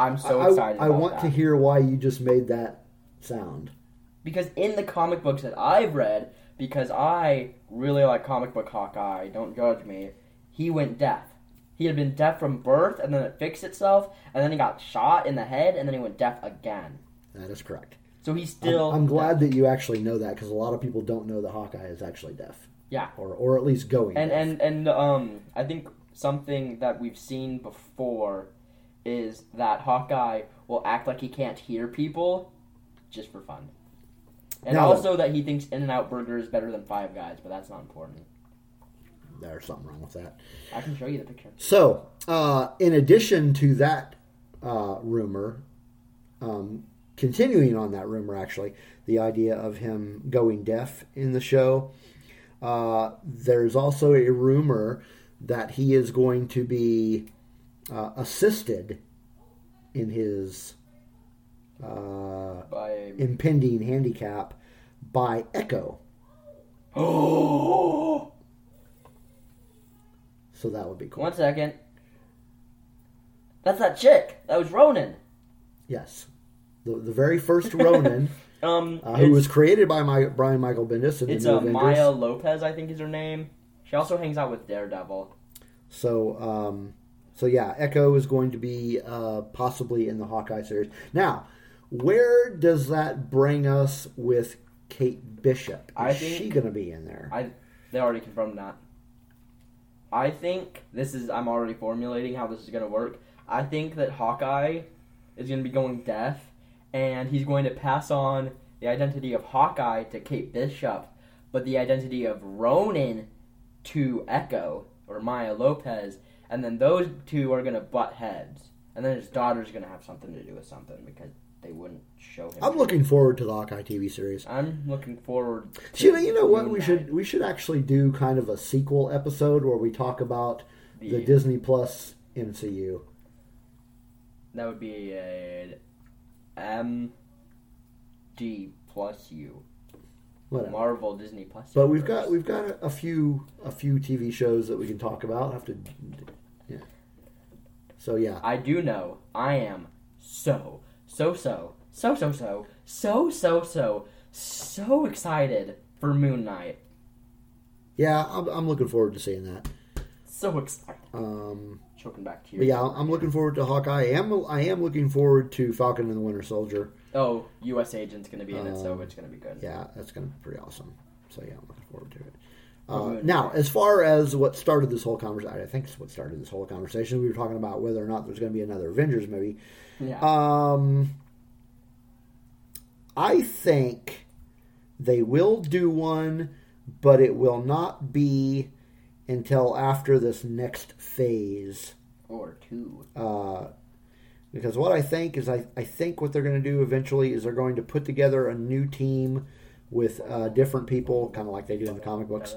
K: I'm so
J: I,
K: excited.
J: I
K: about
J: want
K: that.
J: to hear why you just made that sound.
K: because in the comic books that I've read, because I really like comic book Hawkeye, don't judge me, he went deaf. He had been deaf from birth, and then it fixed itself, and then he got shot in the head, and then he went deaf again.
J: That is correct.
K: So he's
J: I'm-
K: still.
J: I'm, glad that you actually know that because a lot of people don't know that Hawkeye is actually deaf,
K: Yeah,
J: or or at least going.
K: and
J: deaf.
K: and and um, I think something that we've seen before is that Hawkeye will act like he can't hear people just for fun, and
J: No.
K: also that he thinks In-N-Out Burger is better than Five Guys, but that's not important.
J: there's something wrong with that.
K: I can show you the picture.
J: So, uh, in addition to that uh, rumor, um, continuing on that rumor, actually, the idea of him going deaf in the show, uh, there's also a rumor that he is going to be uh, assisted in his uh,
K: by
J: impending handicap by Echo.
K: oh
J: So that would be cool.
K: one second that's that chick that was ronin
J: Yes, the the very first Ronin,
K: um
J: uh, who
K: it's-
J: was created by my Brian Michael Bendis in the
K: It's
J: New
K: uh,
J: Avengers.
K: Maya Lopez, I think is her name. She also hangs out with Daredevil.
J: So, um, so yeah, Echo is going to be uh, possibly in the Hawkeye series. Now, where does that bring us with Kate Bishop? Is
K: I
J: she
K: think-
J: going to be in there?
K: I they already confirmed that. I think this is I'm already formulating how this is gonna work. I think that Hawkeye is gonna be going deaf and he's going to pass on the identity of Hawkeye to Kate Bishop, but the identity of Ronan to Echo or Maya Lopez, and then those two are gonna butt heads. And then his daughter's gonna have something to do with something because they wouldn't show him.
J: I'm looking forward to the Hawkeye TV series.
K: I'm looking forward. To
J: So, you know, you know what
K: Moon
J: we
K: Knight.
J: should we should actually do kind of a sequel episode where we talk about the,
K: The-
J: Disney Plus MCU.
K: That would be a M D plus U.
J: Whatever.
K: Marvel Disney plus.
J: But we've got
K: universe.
J: we've got a, a few a few TV shows that we can talk about. I have to, yeah. So yeah,
K: I do know. I am so so so so so so so so so so excited for Moon Knight.
J: yeah, I'm, I'm looking forward to seeing that.
K: So excited.
J: Um,
K: Choking back tears.
J: but yeah, I'm looking forward to Hawkeye. I am I am looking forward to Falcon and the Winter Soldier.
K: Oh, U.S. Agent's gonna be in it, so it's gonna be good.
J: Um, Yeah, that's gonna be pretty awesome. So yeah, I'm looking forward to it.
K: Oh,
J: Uh,
K: good.
J: now, as far as what started this whole conversation, I think it's what started this whole conversation. We were talking about whether or not there's going to be another Avengers movie.
K: Yeah.
J: Um, I think they will do one, but it will not be until after this next phase.
K: or two.
J: uh, Because what I think is, I, I think what they're going to do eventually is they're going to put together a new team with uh, different people, kind of like they do in the comic books.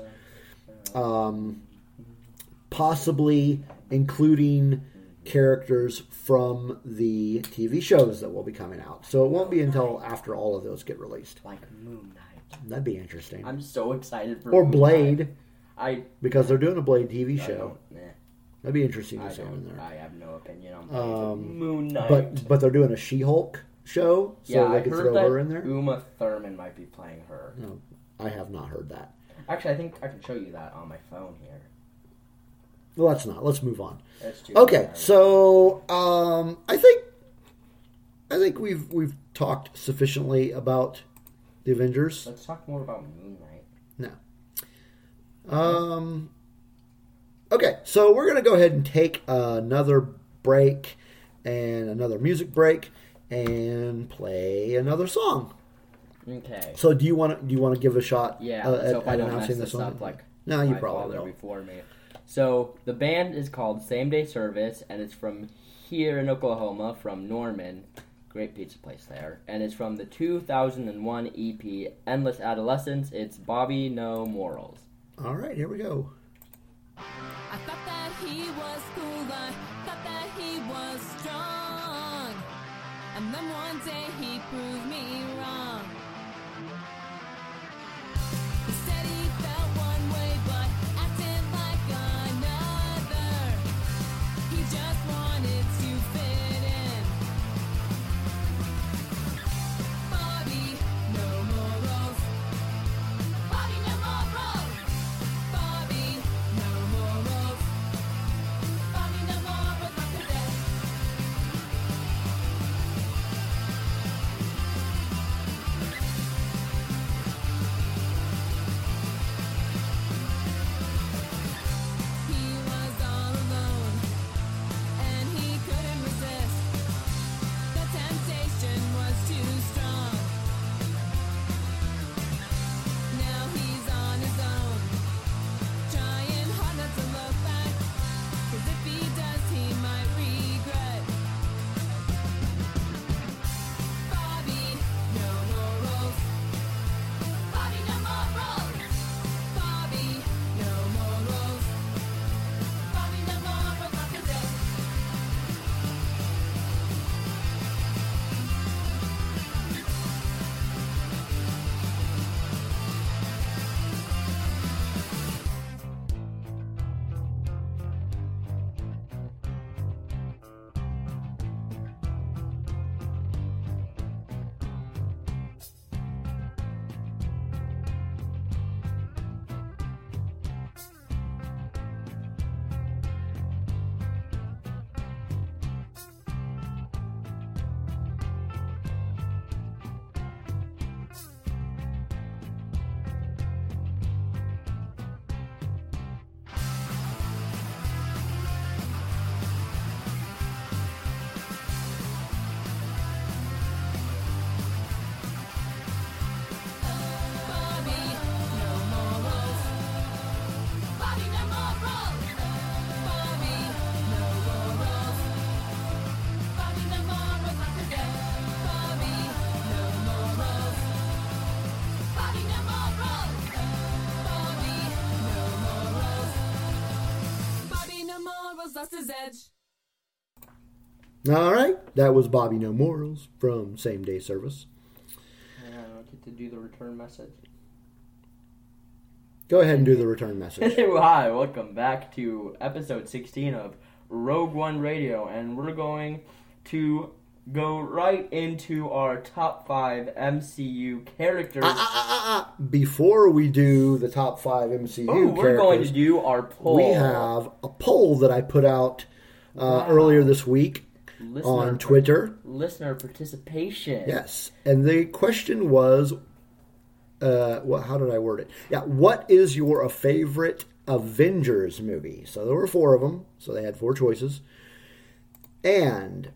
J: Um, possibly including characters from the TV shows that will be coming out. So it won't be until after all of those get released.
K: like Moon Knight.
J: That'd be interesting.
K: I'm so excited for
J: or
K: Moon
J: Blade,
K: Knight. I
J: because they're doing a Blade TV
K: I
J: show.
K: don't- eh.
J: That'd be interesting
K: I
J: to see in
K: don't.
J: there. Um,
K: I have no opinion on Moon Knight.
J: But but they're doing a She-Hulk show, so
K: yeah,
J: they
K: I
J: could
K: heard
J: throw
K: that
J: her in there.
K: Uma Thurman might be playing her.
J: No, I have not heard that.
K: Actually, I think I can show you that on my phone here.
J: Well, let's not. Let's move on.
K: That's too
J: Okay,
K: bad.
J: so um, I think I think we've we've talked sufficiently about the Avengers.
K: let's talk more about Moon Knight.
J: No. Um. Okay, so we're gonna go ahead and take another break and another music break and play another song.
K: Okay.
J: So do you want to do you want to give a shot?
K: Yeah.
J: uh,
K: let's
J: at,
K: hope I
J: at
K: don't mess
J: announcing
K: this
J: the song?
K: up like
J: no, you
K: my
J: probably
K: father
J: don't.
K: before me. So the band is called Same Day Service, and it's from here in Oklahoma, from Norman. Great pizza place there, and it's from the 2001 EP E "Endless Adolescence." It's Bobby No Morals.
J: All right, here we go.
I: I thought that he was cool, I thought that he was strong. And then one day he proved me wrong. He said he felt one way, but acted like another. He just wanted to fit in. Bobby, no morals. Bobby, no morals. Bobby, no morals. Bobby, no morals after death. Ghostbusters Edge.
J: All right, that was Bobby No Morals from Same Day Service.
K: And I don't get to do the return message.
J: Go ahead and do the return message.
K: Hi, welcome back to episode 16 of Rogue One Radio, and we're going to go right into our top five MCU
J: Ah,
K: characters.
J: Uh, Before we do the top five MCU
K: Ooh, we're going to
J: uh, characters,
K: do our poll.
J: we have a poll that I put out uh, earlier this week
K: Listener
J: on
K: part-
J: Twitter.
K: listener participation.
J: Yes, and the question was, uh, well, how did I word it? Yeah, what is your favorite Avengers movie? So there were four of them, so they had four choices, and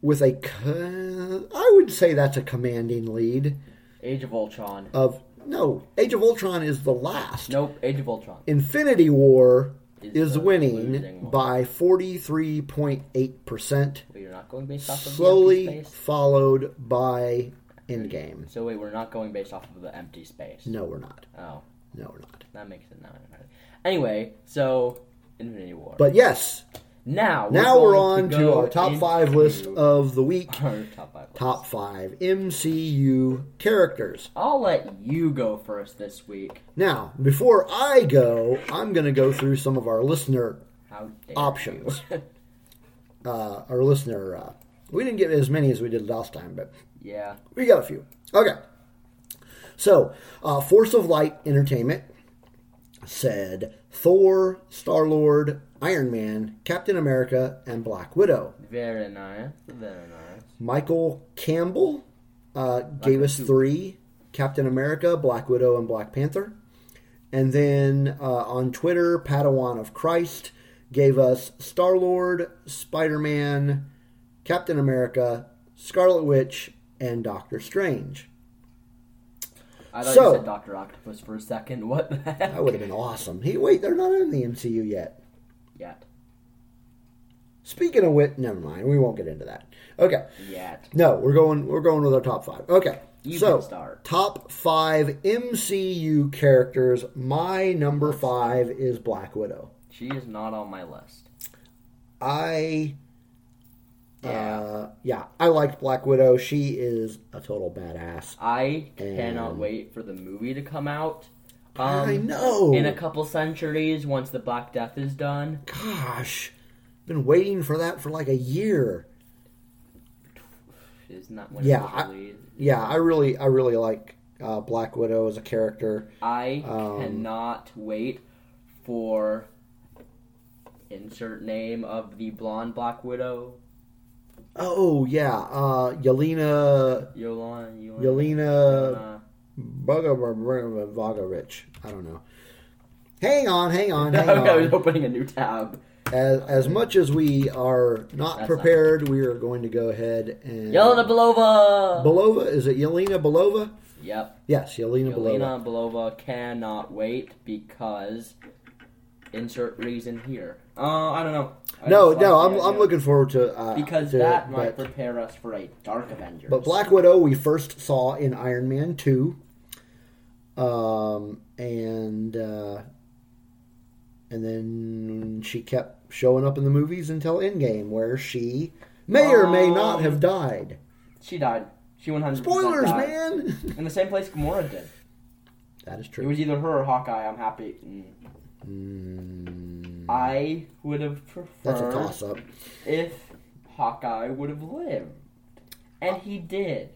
J: with a, co- I would say that's a commanding lead
K: Age of Ultron.
J: of no. Age of Ultron is the last.
K: nope, Age of Ultron.
J: Infinity War
K: Is
J: is
K: the
J: winning
K: losing one.
J: by forty three point eight percent,
K: Wait, you're not going based off of the
J: slowly
K: empty space.
J: followed by Endgame.
K: So wait, we're not going based off of the empty space.
J: No, we're not.
K: Oh,
J: No, we're not.
K: that makes it not. Anyway, so Infinity War.
J: But yes,
K: now
J: now we're
K: going
J: on to,
K: go
J: our top
K: into
J: five list of the week.
K: our top five. list.
J: Top five MCU characters.
K: I'll let you go first this week.
J: Now, before I go, I'm going to go through some of our listener
K: How dare
J: options.
K: you.
J: uh, our listener. Uh, we didn't get as many as we did last time, but
K: yeah,
J: we got a few. Okay. So, uh, Force of Light Entertainment said Thor, Star Lord, Iron Man, Captain America, and Black Widow.
K: very nice, very nice.
J: Michael Campbell uh, gave us three Captain America, Black Widow, and Black Panther. And then uh, on Twitter, Padawan of Christ gave us Star Lord, Spider Man, Captain America, Scarlet Witch, and Doctor Strange.
K: I thought
J: So-
K: you said Doctor Octopus for a second. What the heck?
J: That would have been awesome. Hey, wait, they're not in the MCU yet.
K: Yet,
J: Speaking of which, never mind. We won't get into that. Okay.
K: yet.
J: No, we're going. We're going with our top five. Okay,
K: You
J: so
K: can start.
J: top five MCU characters. My number five is Black Widow.
K: She is not on my list.
J: I
K: Yeah.
J: uh, yeah, I liked Black Widow. She is a total badass.
K: I cannot
J: Um,
K: wait for the movie to come out.
J: I know.
K: Um, In a couple centuries, once the Black Death is done,
J: Gosh, been waiting for that for like a year.
K: isn't that when
J: Yeah,
K: it
J: I-
K: was released?
J: Yeah, I really, I really like uh, Black Widow as a character.
K: I
J: Um,
K: cannot wait for insert name of the blonde Black Widow.
J: Oh yeah, uh, Yelena,
K: Yolan, Yolan,
J: Yelena.
K: Yolana.
J: Rich. I don't know. Hang on, hang on, hang
K: Okay, I was
J: on.
K: opening a new tab.
J: As, as much as we are not
K: not-
J: prepared, we are going to go ahead and.
K: Yelena Belova.
J: Belova? Is it Yelena Belova?
K: yep.
J: Yes, Yelena Belova.
K: Yelena Belova cannot wait because insert reason here. Uh, I don't know. I
J: No,
K: just like
J: no,
K: the
J: I'm,
K: idea.
J: I'm looking forward to. Uh,
K: because
J: to
K: that
J: it,
K: might
J: But,
K: prepare us for a Dark Avengers.
J: but Black Widow, we first saw in Iron Man 2. Um, and. Uh, and then she kept showing up in the movies until Endgame, where she may or may not have died.
K: she died. She 100
J: Spoilers, man.
K: In the same place Gamora did.
J: That is
K: It
J: true.
K: was either her or Hawkeye. I'm happy. Mm. I would have preferred
J: That's a toss up.
K: if Hawkeye would have lived, and he did.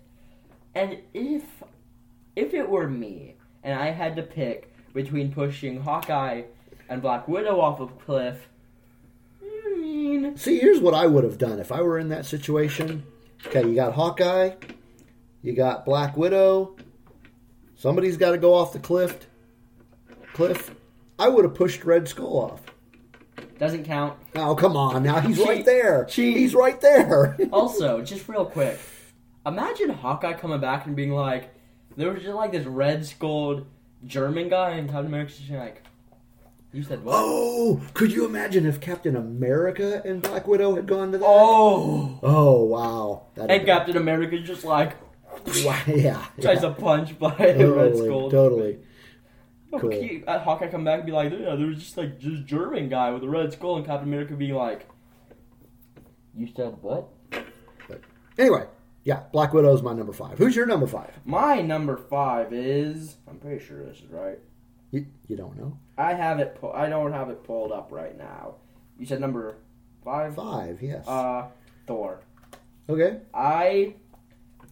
K: And if if it were me and I had to pick between pushing Hawkeye and Black Widow off a cliff, mm, I mean,
J: See, here's what I would have done if I were in that situation. Okay, you got Hawkeye, you got Black Widow. Somebody's got to go off the cliff. Cliff. I would have pushed Red Skull off.
K: doesn't count.
J: Oh, come on! Now he's
K: Cheat.
J: right there.
K: Cheat.
J: He's right there.
K: Also, just real quick, imagine Hawkeye coming back and being like, there was just like this red skulled German guy in Captain America's just like, you said what?
J: oh, could you imagine if Captain America and Black Widow had gone to that?
K: Oh!
J: Oh, wow! That'd
K: And
J: be-
K: Captain America's just like,
J: Wow, yeah,
K: tries
J: yeah.
K: to punch by a red
J: Totally,
K: skull.
J: totally.
K: No,
J: Cool.
K: but he, uh, Hawkeye come back and be like, yeah, there was just like this German guy with a red skull, and Captain America being like, you said what?
J: Anyway, yeah, Black Widow is my number five. Who's your number five?
K: My number five is. I'm pretty sure this is right.
J: You, you don't know.
K: I have it. pu- I don't have it pulled up right now. You said number five.
J: Five, yes.
K: Uh, Thor.
J: okay.
K: I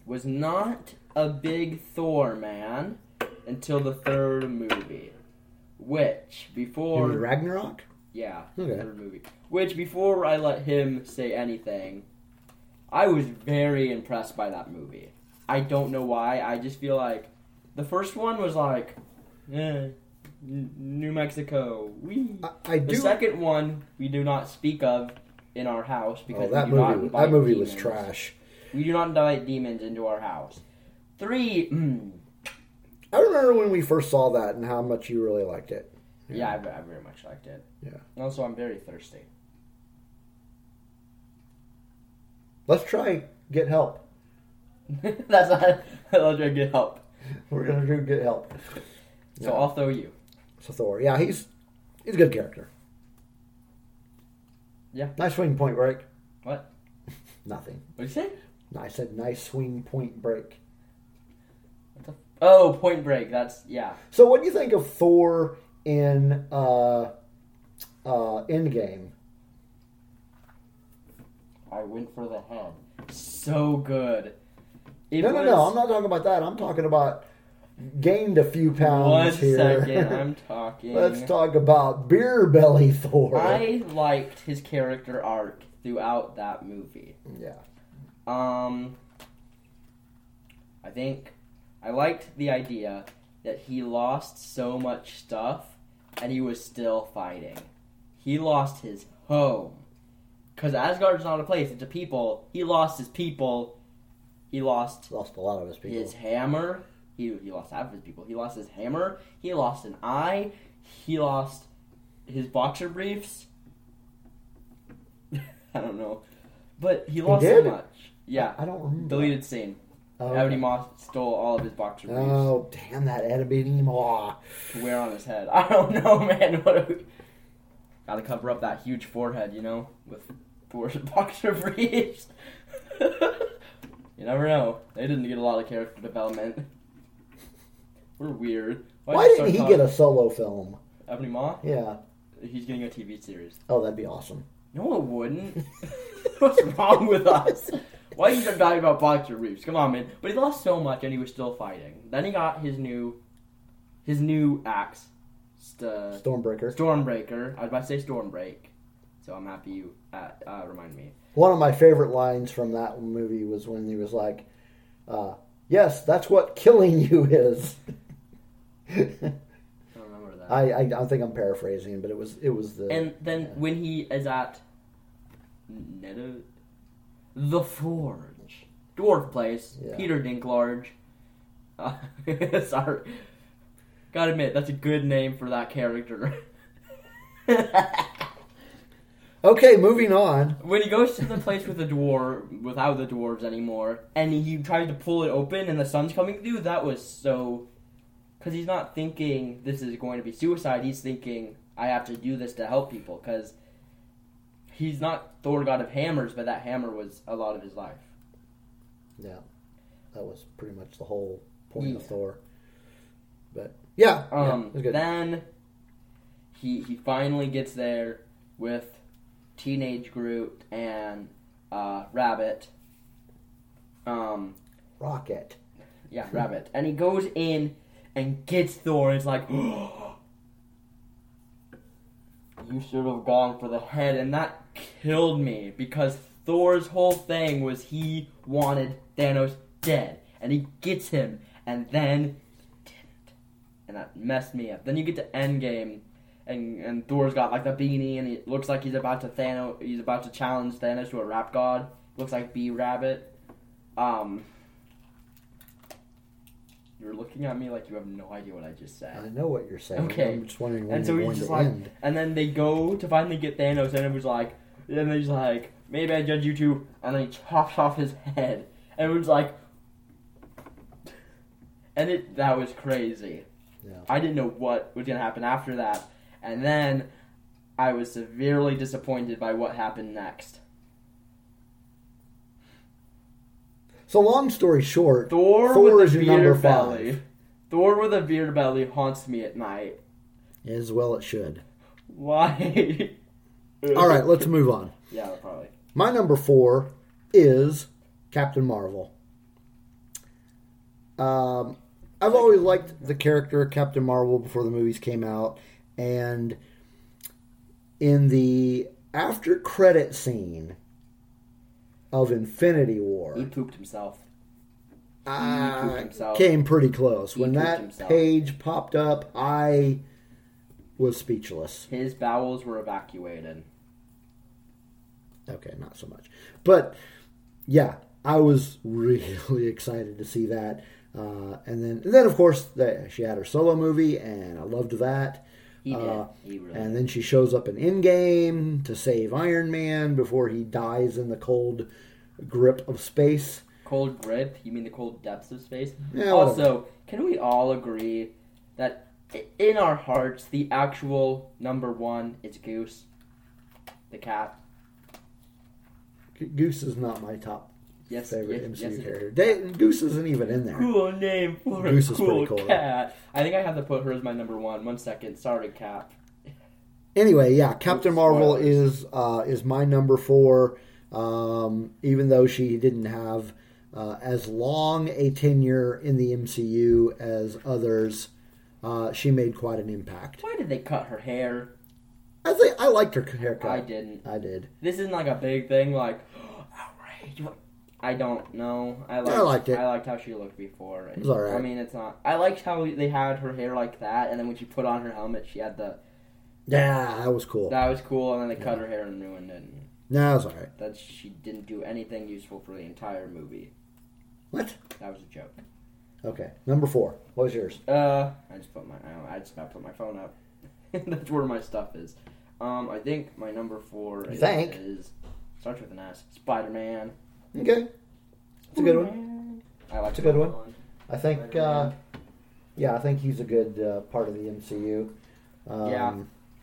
K: was not a big Thor man until the third movie, which
J: You
K: before
J: mean Ragnarok?
K: yeah
J: Okay.
K: third movie, which before I let him say anything, I was very impressed by that movie. I don't know why. I just feel like the first one was like, eh, N- New Mexico. We
J: I, I
K: the
J: do.
K: second one we do not speak of in our house because
J: oh, that
K: we do not
J: movie,
K: invite
J: that movie was
K: demons.
J: trash.
K: We do not invite demons into our house. Three, mm,
J: I remember when we first saw that and how much you really liked it.
K: yeah, I, I very much liked it.
J: Yeah.
K: And also, I'm very thirsty.
J: Let's try get help.
K: That's not how I get help.
J: We're gonna do get help.
K: So I'll throw you.
J: So Thor, yeah, he's he's a good character.
K: Yeah.
J: Nice swing point break.
K: What?
J: Nothing.
K: What did you say?
J: I said nice swing point break.
K: Oh, Point Break. That's yeah.
J: So what do you think of Thor in uh, uh, Endgame?
K: I went for the head. So good. It
J: No, no,
K: was-
J: no. I'm not talking about that. I'm talking about gained a few pounds
K: One
J: here.
K: second, I'm talking.
J: Let's talk about beer belly Thor.
K: I liked his character arc throughout that movie.
J: Yeah.
K: Um, I think I liked the idea that he lost so much stuff and he was still fighting. He lost his home. Because Asgard's not a place, it's a people. He lost his people. He lost
J: Lost a lot of his people.
K: his hammer. He, he lost half of his people. He lost his hammer. He lost an eye. He lost his boxer briefs. I don't know. But he lost so
J: did?
K: much. Yeah.
J: I don't remember.
K: Deleted scene.
J: Oh,
K: Okay.
J: okay.
K: Moss stole all of his boxer briefs
J: Oh, damn that Ebony Maw.
K: to wear on his head. I don't know, man. What a... Gotta cover up that huge forehead, you know? With four boxer briefs. you never know. They didn't get a lot of character development. We're weird.
J: Why didn't he get a solo film?
K: Ebony Maw?
J: Yeah.
K: He's getting a TV series.
J: Oh, that'd be awesome.
K: No, it wouldn't. What's wrong with us? Why you keep talking about boxer briefs? Come on, man. But he lost so much, and he was still fighting. Then he got his new, his new axe, st-
J: Stormbreaker.
K: Stormbreaker. I was about to say Stormbreak, so I'm happy you uh, uh, remind me.
J: One of my favorite lines from that movie was when he was like, uh, "Yes, that's what killing you is."
K: I don't remember that.
J: I, I don't think I'm paraphrasing, but it was it was the
K: and then when he is at Nedo, the Forge, dwarf place,
J: Yeah.
K: Peter Dinklage. Uh, sorry, gotta admit that's a good name for that character.
J: okay. Moving on.
K: when he goes to the place with the dwarf without the dwarves anymore, and he tries to pull it open, and the sun's coming through, that was so. Because he's not thinking this is going to be suicide. He's thinking I have to do this to help people. Because he's not Thor, god of hammers, but that hammer was a lot of his life.
J: Yeah, that was pretty much the whole point of
K: Yeah.
J: Thor. But yeah, yeah,
K: Um,
J: it was good.
K: then he he finally gets there with teenage Groot and uh, Rabbit. Um,
J: Rocket.
K: Yeah, rabbit. And he goes in and gets Thor. It's like, oh, you should have gone for the head, and that killed me because Thor's whole thing was he wanted Thanos dead, and he gets him, and then he didn't, and that messed me up. Then you get to Endgame. And, and Thor's got like the beanie, and it looks like he's about to Thanos. He's about to challenge Thanos to a rap god. Looks like B Rabbit. Um, you're looking at me like you have no idea what I just said.
J: I know what you're saying.
K: Okay.
J: I'm just wondering when
K: And so
J: you're
K: he's
J: going
K: just
J: to
K: like,
J: end.
K: and then they go to finally get Thanos, and it was like, and then he's like, maybe I judge you too, and then he chops off his head, and it was like, and it that was crazy.
J: Yeah.
K: I didn't know what was going to happen after that. And then I was severely disappointed by what happened next.
J: So long story short,
K: Thor,
J: Thor
K: with
J: is
K: a
J: your
K: beer
J: number
K: belly.
J: five.
K: Thor with a beer belly haunts me at night.
J: As well, it should.
K: Why?
J: All right, let's move on.
K: yeah, probably.
J: My number four is Captain Marvel. Um, I've always liked the character of Captain Marvel before the movies came out, and in the after credit scene of Infinity War,
K: He pooped himself.
J: I
K: pooped himself.
J: Ah, came pretty close. When
K: pooped
J: that
K: himself.
J: page popped up, I was speechless.
K: His bowels were evacuated.
J: Okay, not so much. But yeah, I was really excited to see that. Uh, and then, and then of course, the, she had her solo movie, and I loved that.
K: He did.
J: Uh,
K: he really.
J: And then she shows up in Endgame to save Iron Man before he dies in the cold grip of space.
K: cold grip? You mean the cold depths of space?
J: Yeah,
K: also, can we all agree that i- in our hearts, the actual number one is Goose, the cat?
J: Goose is not my top
K: Yes,
J: favorite
K: yes,
J: MCU
K: yes, it is.
J: character. Da- Goose isn't even in there.
K: Cool name for
J: Goose
K: a
J: is
K: cool
J: pretty cool, though.
K: cat. I think I have to put her as my number one. One second. Sorry, Cap.
J: anyway, yeah, Captain
K: Oops,
J: Marvel
K: spoilers.
J: is uh, is my number four. Um, even though she didn't have uh, as long a tenure in the MCU as others, uh, she made quite an impact.
K: Why did they cut her hair?
J: I think I liked her haircut.
K: I didn't.
J: I did.
K: This isn't like a big thing. Like, outrage. I don't know. I liked,
J: liked it.
K: I liked how she looked before. It
J: was all right.
K: I mean, it's not. I liked how they had her hair like that, and then when she put on her helmet, she had the
J: Yeah, that was cool.
K: that was cool, and then they cut her hair and ruined it. And
J: No, it was all right.
K: that she didn't do anything useful for the entire movie.
J: What?
K: That was a joke.
J: Okay, number four. What was yours?
K: Uh, I just put my I, don't, I just about put my phone up. That's where my stuff is. Um, I think my number four is,
J: think?
K: is starts with an S. Spider Man.
J: Okay, it's a good one.
K: I like
J: It's a good
K: that
J: one. I think. Uh, yeah, I think he's a good uh, part of the MCU. Um,
K: Yeah,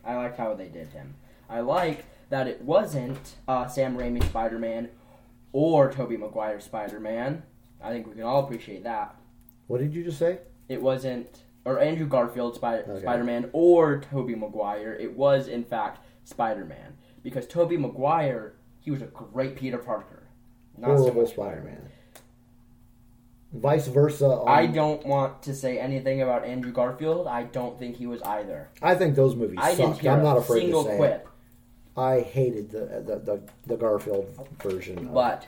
K: I liked how they did him. I like that it wasn't uh, Sam Raimi Spider Man or Tobey Maguire Spider Man. I think we can all appreciate that.
J: What did you just say?
K: It wasn't or Andrew Garfield Spy-
J: Okay.
K: Spider Man or Tobey Maguire. It was in fact Spider Man because Tobey Maguire he was a great Peter Parker. Not so
J: horrible
K: much
J: Spider-Man. Um, Vice versa. On,
K: I don't want to say anything about Andrew Garfield. I don't think he was either.
J: I think those movies
K: I didn't
J: sucked.
K: hear
J: I'm not
K: a
J: afraid to
K: single
J: say.
K: quip.
J: It. I hated the the, the the Garfield version. Of
K: But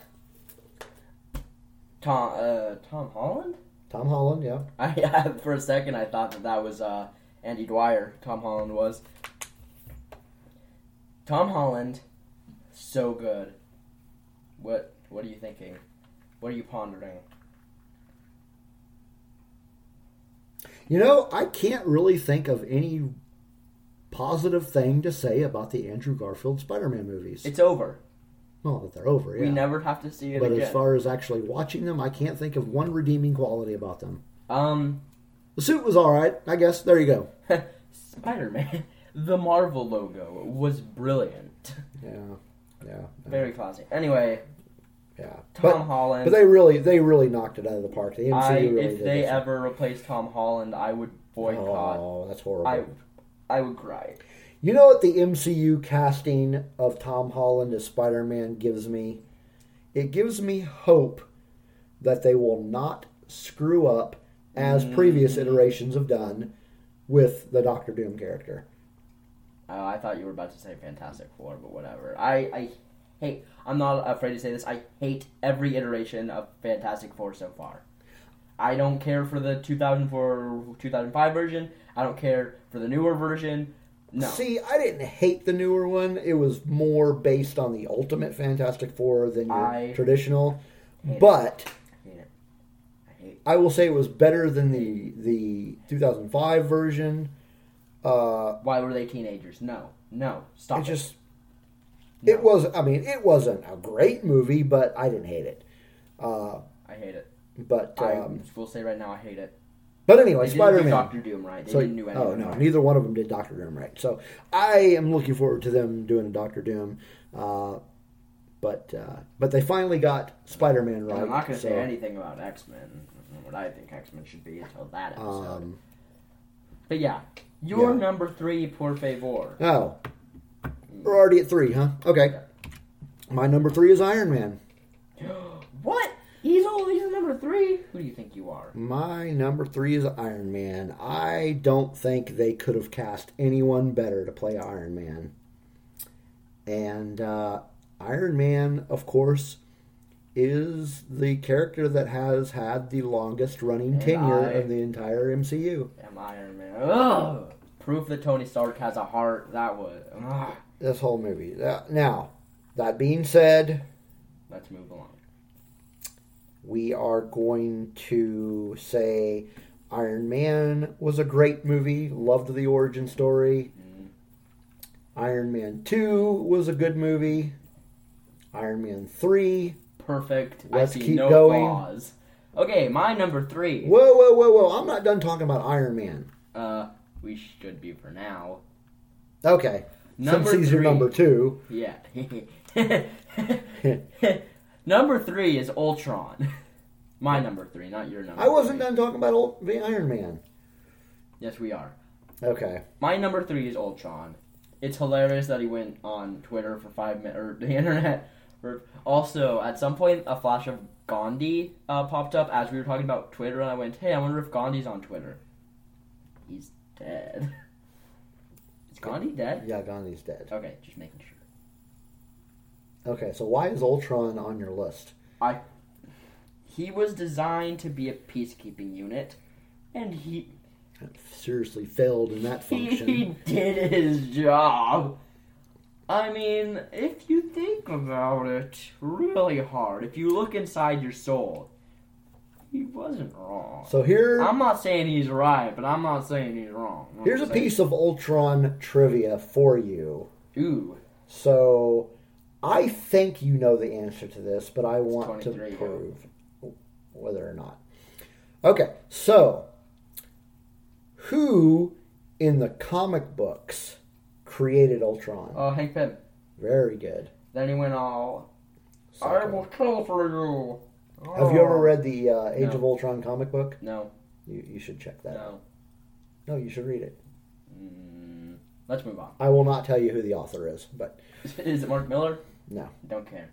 K: Tom uh, Tom Holland.
J: Tom Holland, yeah,
K: I for a second I thought that that was uh, Andy Dwyer. Tom Holland was. Tom Holland, so good. What What are you thinking? What are you pondering?
J: you know, I can't really think of any positive thing to say about the Andrew Garfield Spider-Man movies.
K: It's over.
J: well, that they're over. Yeah.
K: We never have to see it
J: but
K: again.
J: as far as actually watching them, I can't think of one redeeming quality about them.
K: um,
J: The suit was all right, I guess. There you go.
K: Spider Man, the Marvel logo was brilliant.
J: Yeah, yeah,
K: Very classy. Anyway,
J: yeah.
K: Tom
J: But,
K: Holland.
J: but they really, they really knocked it out of the park. The MCU
K: I,
J: really
K: if
J: did
K: they
J: this.
K: ever replace Tom Holland, I would boycott.
J: Oh, that's horrible.
K: I, I would cry.
J: you know what the MCU casting of Tom Holland as Spider Man gives me? It gives me hope that they will not screw up as
K: Mm.
J: previous iterations have done with the Doctor Doom character.
K: Oh, I thought you were about to say Fantastic Four, but whatever. I, I hate. I'm not afraid to say this. I hate every iteration of Fantastic Four so far. I don't care for the 2004, 2005 version. I don't care for the newer version. No,
J: See, I didn't hate the newer one. It was more based on the Ultimate Fantastic Four than your
K: I
J: traditional.
K: hate it.
J: But
K: I hate it. I hate.
J: I will say it was better than the the 2005 version.
K: Why were they teenagers? No, no, stop
J: I
K: it.
J: just
K: No.
J: it was I mean it wasn't a great movie, but I didn't hate it.
K: I hate it.
J: But um,
K: I will say right now, I hate it.
J: But anyway,
K: They didn't do
J: Spider Man.
K: Doctor Doom right. They
J: So,
K: didn't do anything
J: oh no,
K: right.
J: neither one of them did Doctor Doom right. So I am looking forward to them doing a Doctor Doom, uh, but uh, but they finally got Spider Man right.
K: I'm not going to
J: so-
K: say anything about X Men, what I think X Men should be until that episode.
J: Um,
K: but yeah, your
J: yeah.
K: number three, por favor.
J: Oh, we're already at three, huh? Okay. My number three is Iron Man.
K: What? He's only he's number three. Who do you think you are?
J: My number three is Iron Man. I don't think they could have cast anyone better to play Iron Man. And uh, Iron Man, of course, is the character that has had the longest running tenure
K: I-
J: of the entire MCU.
K: Am Iron Man? Ugh. Proof that Tony Stark has a heart. That was. Ugh.
J: This whole movie. Uh, Now, that being said,
K: Let's move along.
J: we are going to say Iron Man was a great movie, loved the origin story. Iron Man 2 was a good movie. Iron Man 3.
K: Perfect.
J: Let's
K: I see
J: keep
K: no
J: going.
K: flaws. Okay, my number three.
J: Whoa, whoa, whoa, whoa. I'm not done talking about Iron Man.
K: Uh, we should be for now.
J: Okay.
K: Number
J: Since he's your
K: three.
J: number two.
K: Yeah. number three is Ultron. My number three, not your number.
J: I wasn't
K: three.
J: done talking about old, the Iron Man.
K: Yes, we are.
J: Okay.
K: My number three is Ultron. It's hilarious that he went on Twitter for five minutes, or the internet. For, also, at some point, a flash of Gandhi uh, popped up as we were talking about Twitter, and I went, hey, I wonder if Gandhi's on Twitter. He's dead. Is Gandhi dead?
J: Yeah, Gandhi's dead.
K: Okay, just making sure.
J: Okay, so why is Ultron on your list?
K: I he was designed to be a peacekeeping unit, and he
J: Seriously failed in that function.
K: he did his job. I mean, if you think about it really hard, if you look inside your soul, he wasn't wrong.
J: So here.
K: I'm not saying he's right, but I'm not saying he's wrong. I'm
J: Here's a
K: saying-
J: piece of Ultron trivia for you.
K: Ooh,
J: So, I think you know the answer to this, but I want to
K: 23, yeah.
J: prove whether or not. Okay, so who in the comic books created Ultron?
K: oh Hank Pym.
J: Very good.
K: Then he went all, I
J: Psycho.
K: will kill for you.
J: Have you ever read the uh, Age of
K: No.
J: Ultron comic book?
K: No,
J: You, you should check that. out.
K: no.
J: No, you should read it.
K: Mm, let's move on.
J: I will not tell you who the author is, but
K: Is it Mark Miller?
J: no.
K: Don't care.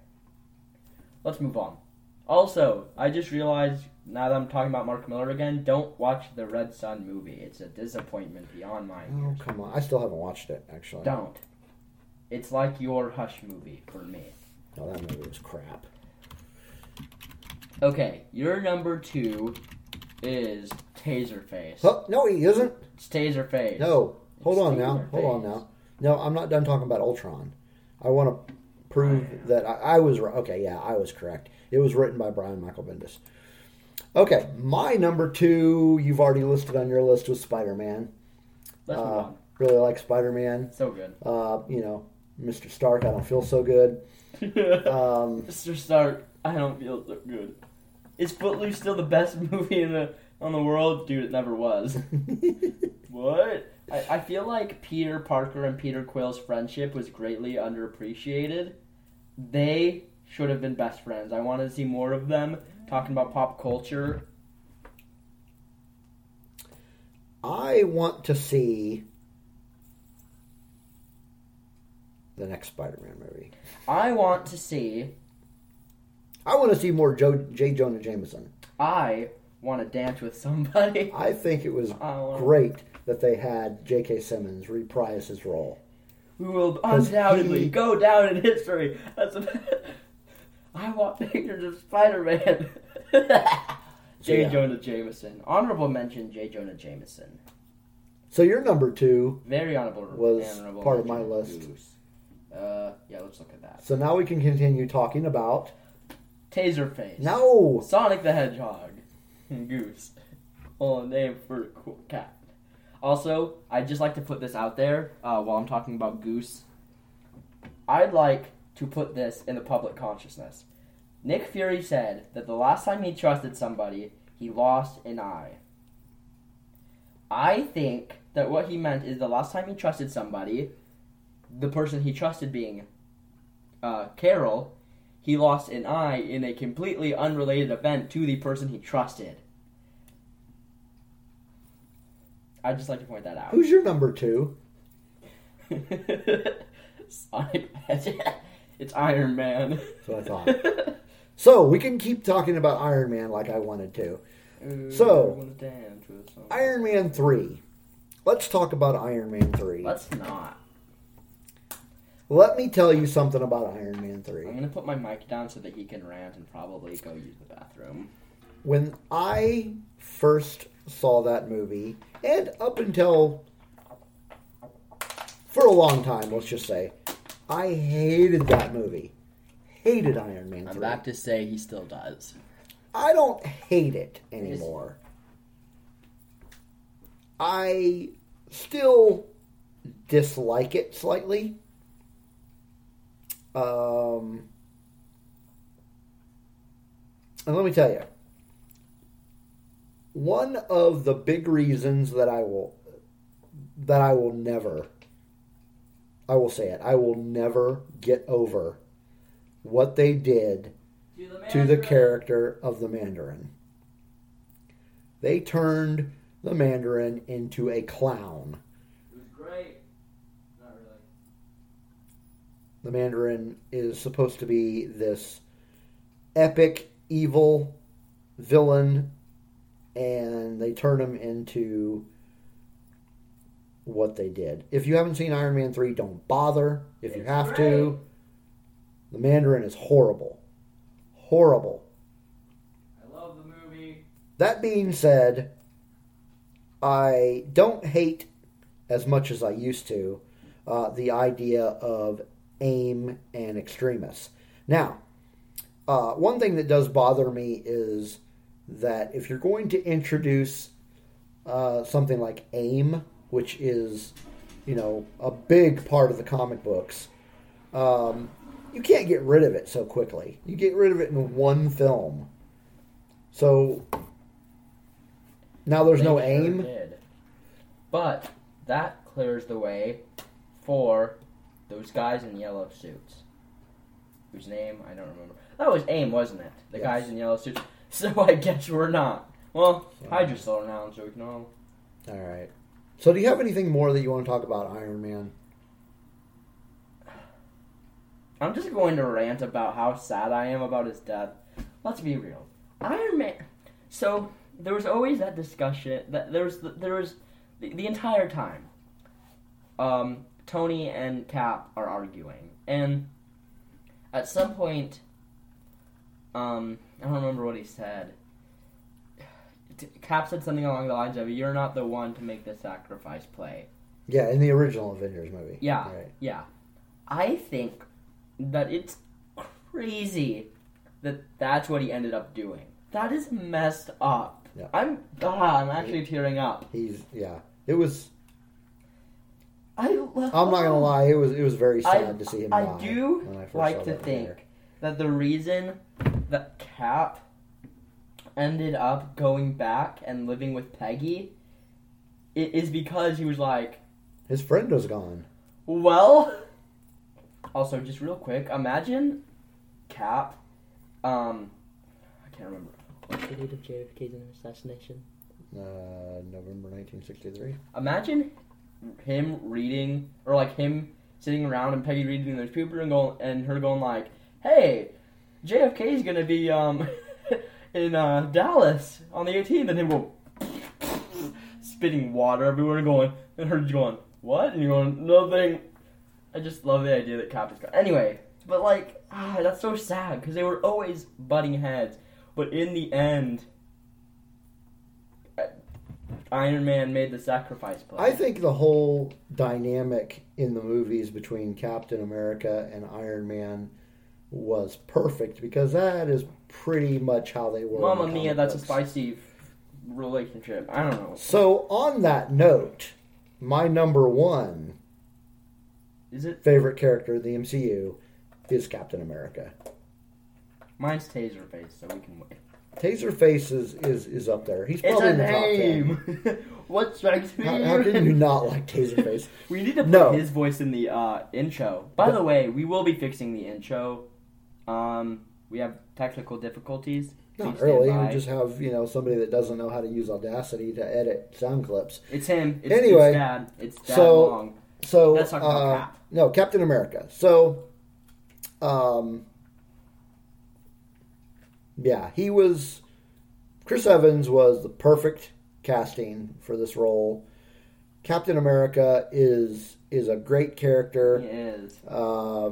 K: Let's move on. Also, I just realized now that I'm talking about Mark Miller again, don't watch the Red Sun movie. It's a disappointment beyond my
J: Oh
K: years.
J: come on! I still haven't watched it actually.
K: Don't. It's like your Hush movie for me.
J: No, Oh, that movie was crap.
K: Okay, your number two is Taserface.
J: Huh? No, he isn't.
K: It's Taserface.
J: No. Hold
K: It's
J: on now.
K: Taylor
J: Hold on
K: Bates.
J: now. No, I'm not done talking about Ultron. I want to prove that I, I was right. Okay, yeah, I was correct. It was written by Brian Michael Bendis. Okay, my number two, you've already listed on your list, was Spider Man.
K: Let's move
J: Uh,
K: on.
J: really like Spider Man.
K: So good.
J: Uh, you know, Mr. Stark, I don't feel so good. Um,
K: Mr. Stark, I don't feel so good. Is Footloose still the best movie in the on the world? Dude, it never was. what? I, I feel like Peter Parker and Peter Quill's friendship was greatly underappreciated. They should have been best friends. I wanted to see more of them talking about pop culture.
J: I want to see the next Spider Man movie.
K: I want to see.
J: I want to see more Joe, J. Jonah Jameson.
K: I want to dance with somebody.
J: I think it was
K: Oh.
J: great that they had J.K. Simmons reprise his role.
K: We will
J: 'Cause
K: undoubtedly
J: he-
K: go down in history as a. I want pictures of Spider Man. J.
J: Yeah.
K: Jonah Jameson. Honorable mention J. Jonah Jameson.
J: So your number two.
K: Very honorable.
J: Was
K: honorable
J: part of my
K: mention.
J: list.
K: Goose. Uh, yeah, let's look at that.
J: So now we can continue talking about
K: Taserface.
J: no.
K: Sonic the Hedgehog. Goose. Oh, name for a cool cat. Also, I'd just like to put this out there uh, while I'm talking about Goose. I'd like to put this in the public consciousness. Nick Fury said that the last time he trusted somebody, he lost an eye. I think that what he meant is the last time he trusted somebody, the person he trusted being uh, Carol, he lost an eye in a completely unrelated event to the person he trusted. I'd just like to point that out.
J: Who's your number two?
K: Sonic Magic. It's Iron Man.
J: That's what I thought. so we can keep talking about Iron Man like I wanted to. So-
K: I wanna dance with someone.
J: Iron Man three. Let's talk about Iron Man three.
K: Let's not.
J: Let me tell you something about Iron Man three.
K: I'm gonna put my mic down so that he can rant and probably go use the bathroom.
J: when I first saw that movie, and up until for a long time, let's just say, I hated that movie. Hated Iron Man 3.
K: I'm about to say he still does.
J: I don't hate it anymore. I still dislike it slightly. Um, and let me tell you, one of the big reasons that I will that I will never I will say it, I will never get over what they did to the character of the Mandarin. They turned the Mandarin into a clown.
K: It was great. Not really.
J: The Mandarin is supposed to be this epic evil villain, and they turn him into what they did. If you haven't seen Iron Man 3, don't bother. If you
K: It's
J: have
K: great.
J: to, the Mandarin is horrible. Horrible.
K: I love the movie.
J: That being said, I don't hate as much as I used to uh, the idea of aim and extremists. Now, uh, one thing that does bother me is that if you're going to introduce uh, something like aim, which is, you know, a big part of the comic books, um, you can't get rid of it so quickly. You get rid of it in one film. So now there's
K: They
J: no
K: sure
J: aim.
K: did. But that clears the way for those guys in yellow suits. Whose name I don't remember. That was AIM, wasn't it? The
J: Yes.
K: guys in yellow suits. So I guess we're not. Well, Hydra's still around, so we can all.
J: All right. So do you have anything more that you want to talk about Iron Man?
K: I'm just going to rant about how sad I am about his death. Let's be real. Iron Man. So there was always that discussion that there was there was the, the entire time. Um, Tony and Cap are arguing, and at some point, um, I don't remember what he said. T- Cap said something along the lines of, "You're not the one to make the sacrifice play."
J: Yeah, in the original Avengers movie.
K: Yeah,
J: Right.
K: yeah. I think that it's crazy that that's what he ended up doing. That is messed up.
J: Yeah.
K: I'm ah, I'm actually tearing up.
J: He's yeah. It was
K: I love,
J: I'm not gonna lie, it was it was very
K: I,
J: sad to see him
K: I
J: die
K: do
J: when I first saw
K: like to
J: that
K: think
J: trailer.
K: that the reason that Cap ended up going back and living with Peggy i- is because he was like,
J: his friend was gone.
K: Well, also just real quick, imagine Cap. Um, I can't remember. What's the date of JFK's assassination?
J: Uh, November nineteen sixty three.
K: Imagine him reading, or like him sitting around and Peggy reading those papers and going, and her going like, "Hey, JFK's gonna be um in uh, Dallas on the 18th," and him go spitting water everywhere, and going, and her going, "What?" and you're going, "Nothing." I just love the idea that Cap is gone. Anyway, but like, ah, that's so sad because they were always butting heads, but in the end. uh, Iron Man made the sacrifice play.
J: I think the whole dynamic in the movies between Captain America and Iron Man was perfect because that is pretty much how they were. in
K: Mamma
J: the
K: mia,
J: comic
K: that's a
J: books.
K: spicy relationship. I don't know.
J: So on that note, my number one
K: Is it?
J: favorite character of the MCU is Captain America.
K: Mine's taser based, so we can wait.
J: Taserface is, is is up there. He's
K: It's
J: probably
K: a
J: in the top ten.
K: name. what strikes me?
J: How, how can you not like Taserface?
K: We need to put
J: No.
K: his voice in the uh, intro. By the way, we will be fixing the intro. Um, we have technical difficulties. Please
J: Not
K: stand
J: really.
K: by.
J: We just have you know somebody that doesn't know how to use Audacity to edit sound clips.
K: It's him. It's,
J: Anyway,
K: it's dad. It's dad
J: so-
K: long.
J: So
K: Let's talk about
J: uh,
K: Cap.
J: no Captain America. So, um, yeah, he was. Chris Evans was the perfect casting for this role. Captain America is is a great character.
K: He is.
J: Uh,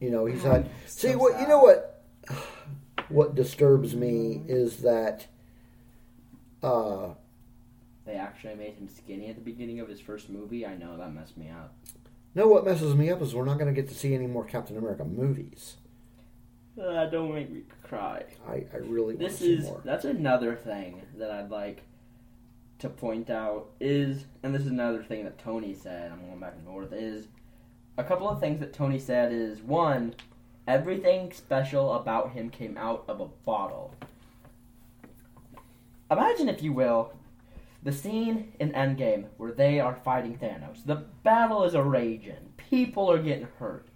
J: you know, he's had.
K: so
J: See what you
K: sad.
J: know. What what disturbs me is that. Uh,
K: They actually made him skinny at the beginning of his first movie. I know that messed me up.
J: no, what messes me up is we're not going to get to see any more Captain America movies.
K: Uh, don't make me cry.
J: I, I really want to
K: This
J: see
K: is
J: more.
K: that's another thing that I'd like to point out is, and this is another thing that Tony said. I'm going back and forth. Is a couple of things that Tony said is one, everything special about him came out of a bottle. Imagine, if you will, the scene in Endgame where they are fighting Thanos. The battle is a raging. People are getting hurt.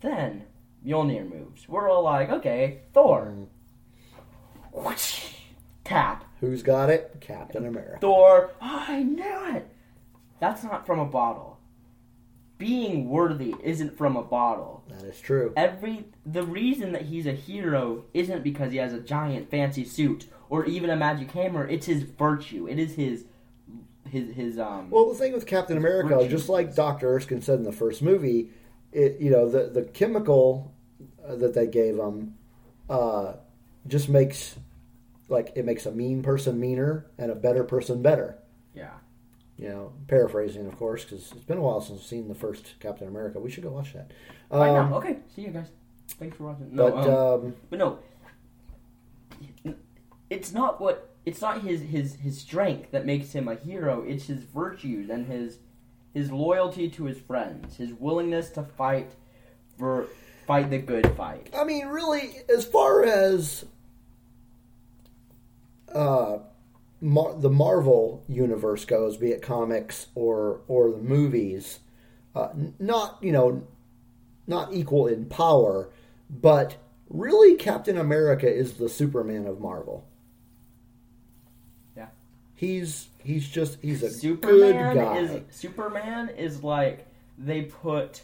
K: Then Mjolnir moves. We're all like, okay, Thor. Whoosh. Tap.
J: Who's got it? Captain America.
K: Thor. "Oh, I knew it. That's not from a bottle. Being worthy isn't from a bottle.
J: That is true.
K: Every the reason that he's a hero isn't because he has a giant fancy suit or even a magic hammer. It's his virtue. It is his his his um.
J: Well, the thing with Captain America, just like Doctor Erskine said in the first movie, it you know the the chemical uh, that they gave him uh, just makes like it makes a mean person meaner and a better person better.
K: yeah.
J: You know, paraphrasing, of course, because it's been a while since I've seen the first Captain America. We should go watch that. Um,
K: Right now. Okay. See you guys. Thanks for watching. No,
J: But
K: um,
J: um,
K: But no, it's not what it's not his his his strength that makes him a hero. It's his virtues and his his loyalty to his friends, his willingness to fight for fight the good fight.
J: I mean, really, as far as uh, Mar- the Marvel universe goes, be it comics or or the movies, uh, n- not you know, not equal in power, but really, Captain America is the Superman of Marvel.
K: Yeah.
J: He's he's just he's a
K: Superman
J: good guy.
K: is Superman is like they put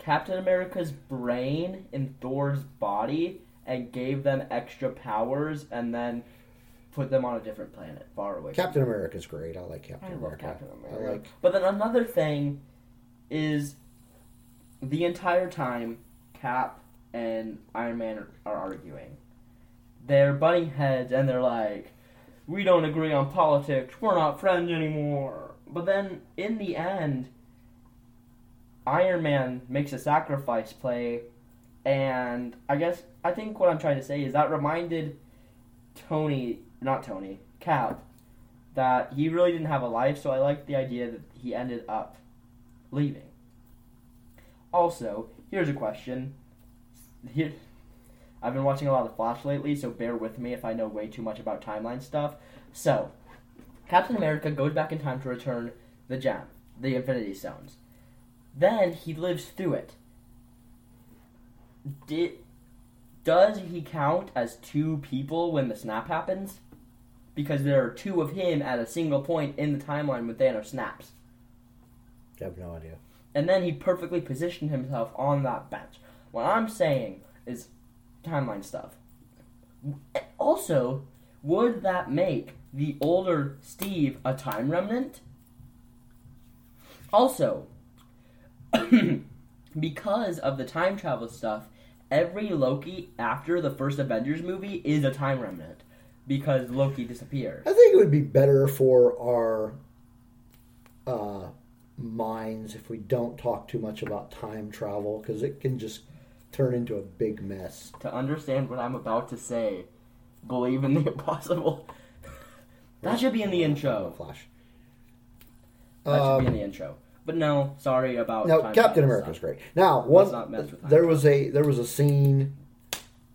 K: Captain America's brain in Thor's body and gave them extra powers and then put them on a different planet far away. from
J: Captain America's great. I like Captain
K: I love
J: America.
K: Captain
J: I
K: America.
J: like
K: But then another thing is the entire time Cap and Iron Man are, are arguing. They're butting heads and they're like, we don't agree on politics, we're not friends anymore. But then in the end, Iron Man makes a sacrifice play, and I guess I think what I'm trying to say is that reminded Tony, not Tony, Cap, that he really didn't have a life, so I like the idea that he ended up leaving. Also, here's a question. Here, I've been watching a lot of Flash lately, so bear with me if I know way too much about timeline stuff. So, Captain America goes back in time to return the gem, the Infinity Stones. Then he lives through it. Did, does he count as two people when the snap happens? because there are two of him at a single point in the timeline with Thanos snaps.
J: I have no idea.
K: And then he perfectly positioned himself on that bench. What I'm saying is timeline stuff. Also, would that make the older Steve a time remnant? Also, because of the time travel stuff, every Loki after the first Avengers movie is a time remnant because Loki disappeared.
J: I think it would be better for our uh, minds if we don't talk too much about time travel because it can just turn into a big mess.
K: to understand what I'm about to say, believe in the impossible. that should be in the intro.
J: Uh, Flash.
K: That should be in the intro. But no, sorry about
J: Now,
K: Oh, time
J: Captain
K: travel
J: America's
K: stuff.
J: great. Now,
K: not mess
J: one
K: with time
J: there was a there was a scene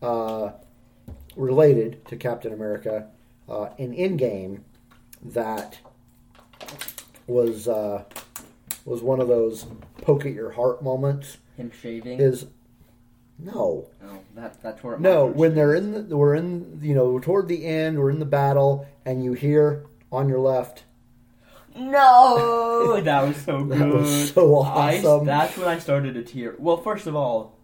J: uh, related to Captain America, uh, an in-game that was uh, was one of those poke at your heart moments.
K: Him shaving.
J: Is no,
K: oh, that that tore up my
J: no,
K: heart.
J: when they're in, the, we're in, you know, toward the end, we're in the battle, and you hear on your left,
K: No, that was so good.
J: That was so
K: I-
J: awesome.
K: that's when I started to tear. Well, first of all,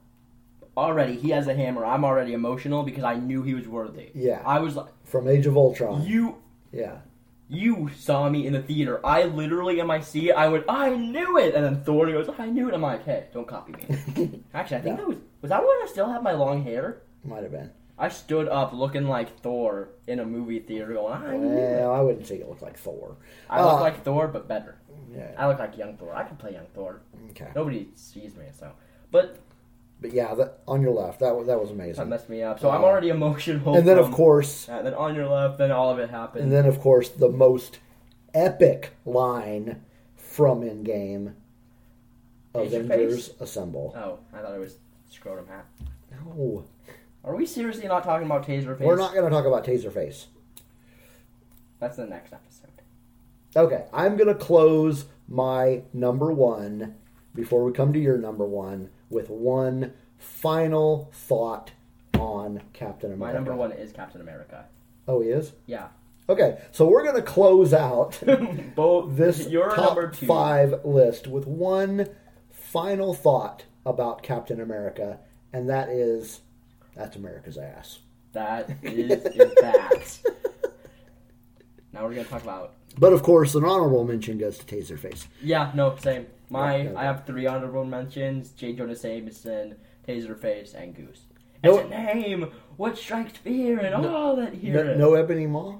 K: already he has a hammer. I'm already emotional because I knew he was worthy.
J: Yeah.
K: I was like,
J: from Age of Ultron.
K: you,
J: yeah,
K: you saw me in the theater. I literally in my seat. I went, I knew it. And then Thor goes, I knew it. I'm like, hey, don't copy me. Actually, I think that was was that when I still had my long hair.
J: might have been.
K: I stood up looking like Thor in a movie theater, going, I knew it.
J: Well, I wouldn't say you look like Thor.
K: I look
J: Uh,
K: like Thor, but better.
J: Yeah,
K: I look like young Thor. I can play young Thor.
J: okay.
K: Nobody sees me, so. But
J: But yeah, that, on your left, that was that was
K: that
J: amazing.
K: messed me up. So I'm already emotional.
J: Oh. And then of
K: from-
J: course,
K: Yeah, then on your left, then all of it happened.
J: and then of course, the most epic line from in game.
K: Is your
J: Avengers
K: face-
J: Assemble.
K: oh, I thought it was scrotum hat.
J: No,
K: Are we seriously not talking about Taser Face?
J: we're not going to talk about Taserface.
K: That's the next episode.
J: Okay, I'm going to close my number one before we come to your number one with one final thought on Captain
K: My
J: America.
K: number one is Captain America.
J: Oh, he is?
K: Yeah.
J: Okay, so we're going to close out
K: Both
J: this
K: your
J: top
K: number two.
J: five list with one final thought about Captain America, and that is that's America's ass.
K: That is your bat. now we're gonna talk about.
J: But of course, an honorable mention goes to Taserface.
K: Yeah, no, same. My,
J: Yeah, yeah.
K: I have three honorable mentions: J. Jonah Jameson, Taserface, and Goose.
J: No-
K: It's a name. What strikes fear in all that hear
J: No,
K: it?
J: no Ebony Maw?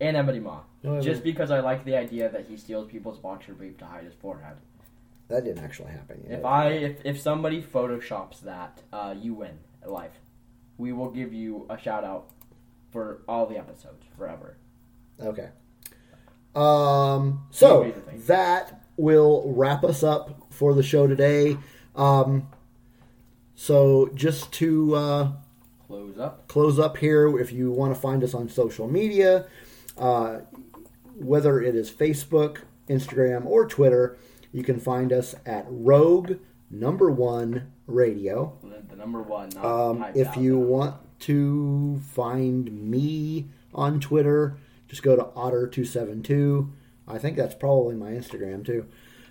K: And Ebony Maw.
J: No, Ebony-
K: Just because I like the idea that he steals people's boxer brief to hide his forehead.
J: That didn't actually happen. you
K: If
J: know.
K: I, if, if somebody photoshops that, uh, you win at life. We will give you a shout out for all the episodes forever.
J: Okay. Um, so
K: Amazing thing.
J: that will wrap us up for the show today. Um, so just to uh,
K: Close up.
J: close up here, if you want to find us on social media, uh, whether it is Facebook, Instagram, or Twitter, you can find us at Rogue Number One Radio.
K: The, the number one. Not
J: Um,
K: typed
J: if
K: out,
J: you
K: but-
J: want to find me on Twitter, just go to otter272. I think that's probably my Instagram too.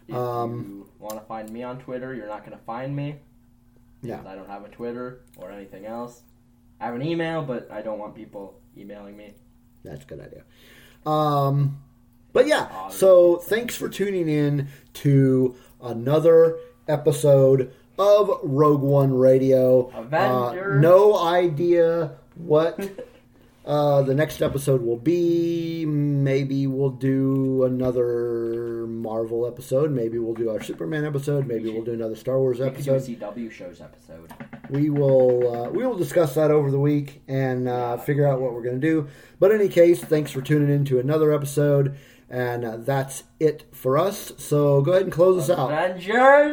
K: If
J: um,
K: you want to find me on Twitter, you're not going to find me.
J: Yeah.
K: I don't have a Twitter or anything else. I have an email, but I don't want people emailing me.
J: That's a good idea. Um, but yeah, so thanks for tuning in to another episode of Rogue One Radio. Uh,
K: Avengers.
J: no idea what uh, the next episode will be. Maybe we'll do another Marvel episode. Maybe we'll do our Superman episode. Maybe we'll do another Star Wars
K: We could do a
J: episode.
K: CW shows episode.
J: We will uh, we will discuss that over the week and uh, figure out what we're going to do. But in any case, thanks for tuning in to another episode, and uh, that's it for us. So go ahead and close us out.
K: Avengers!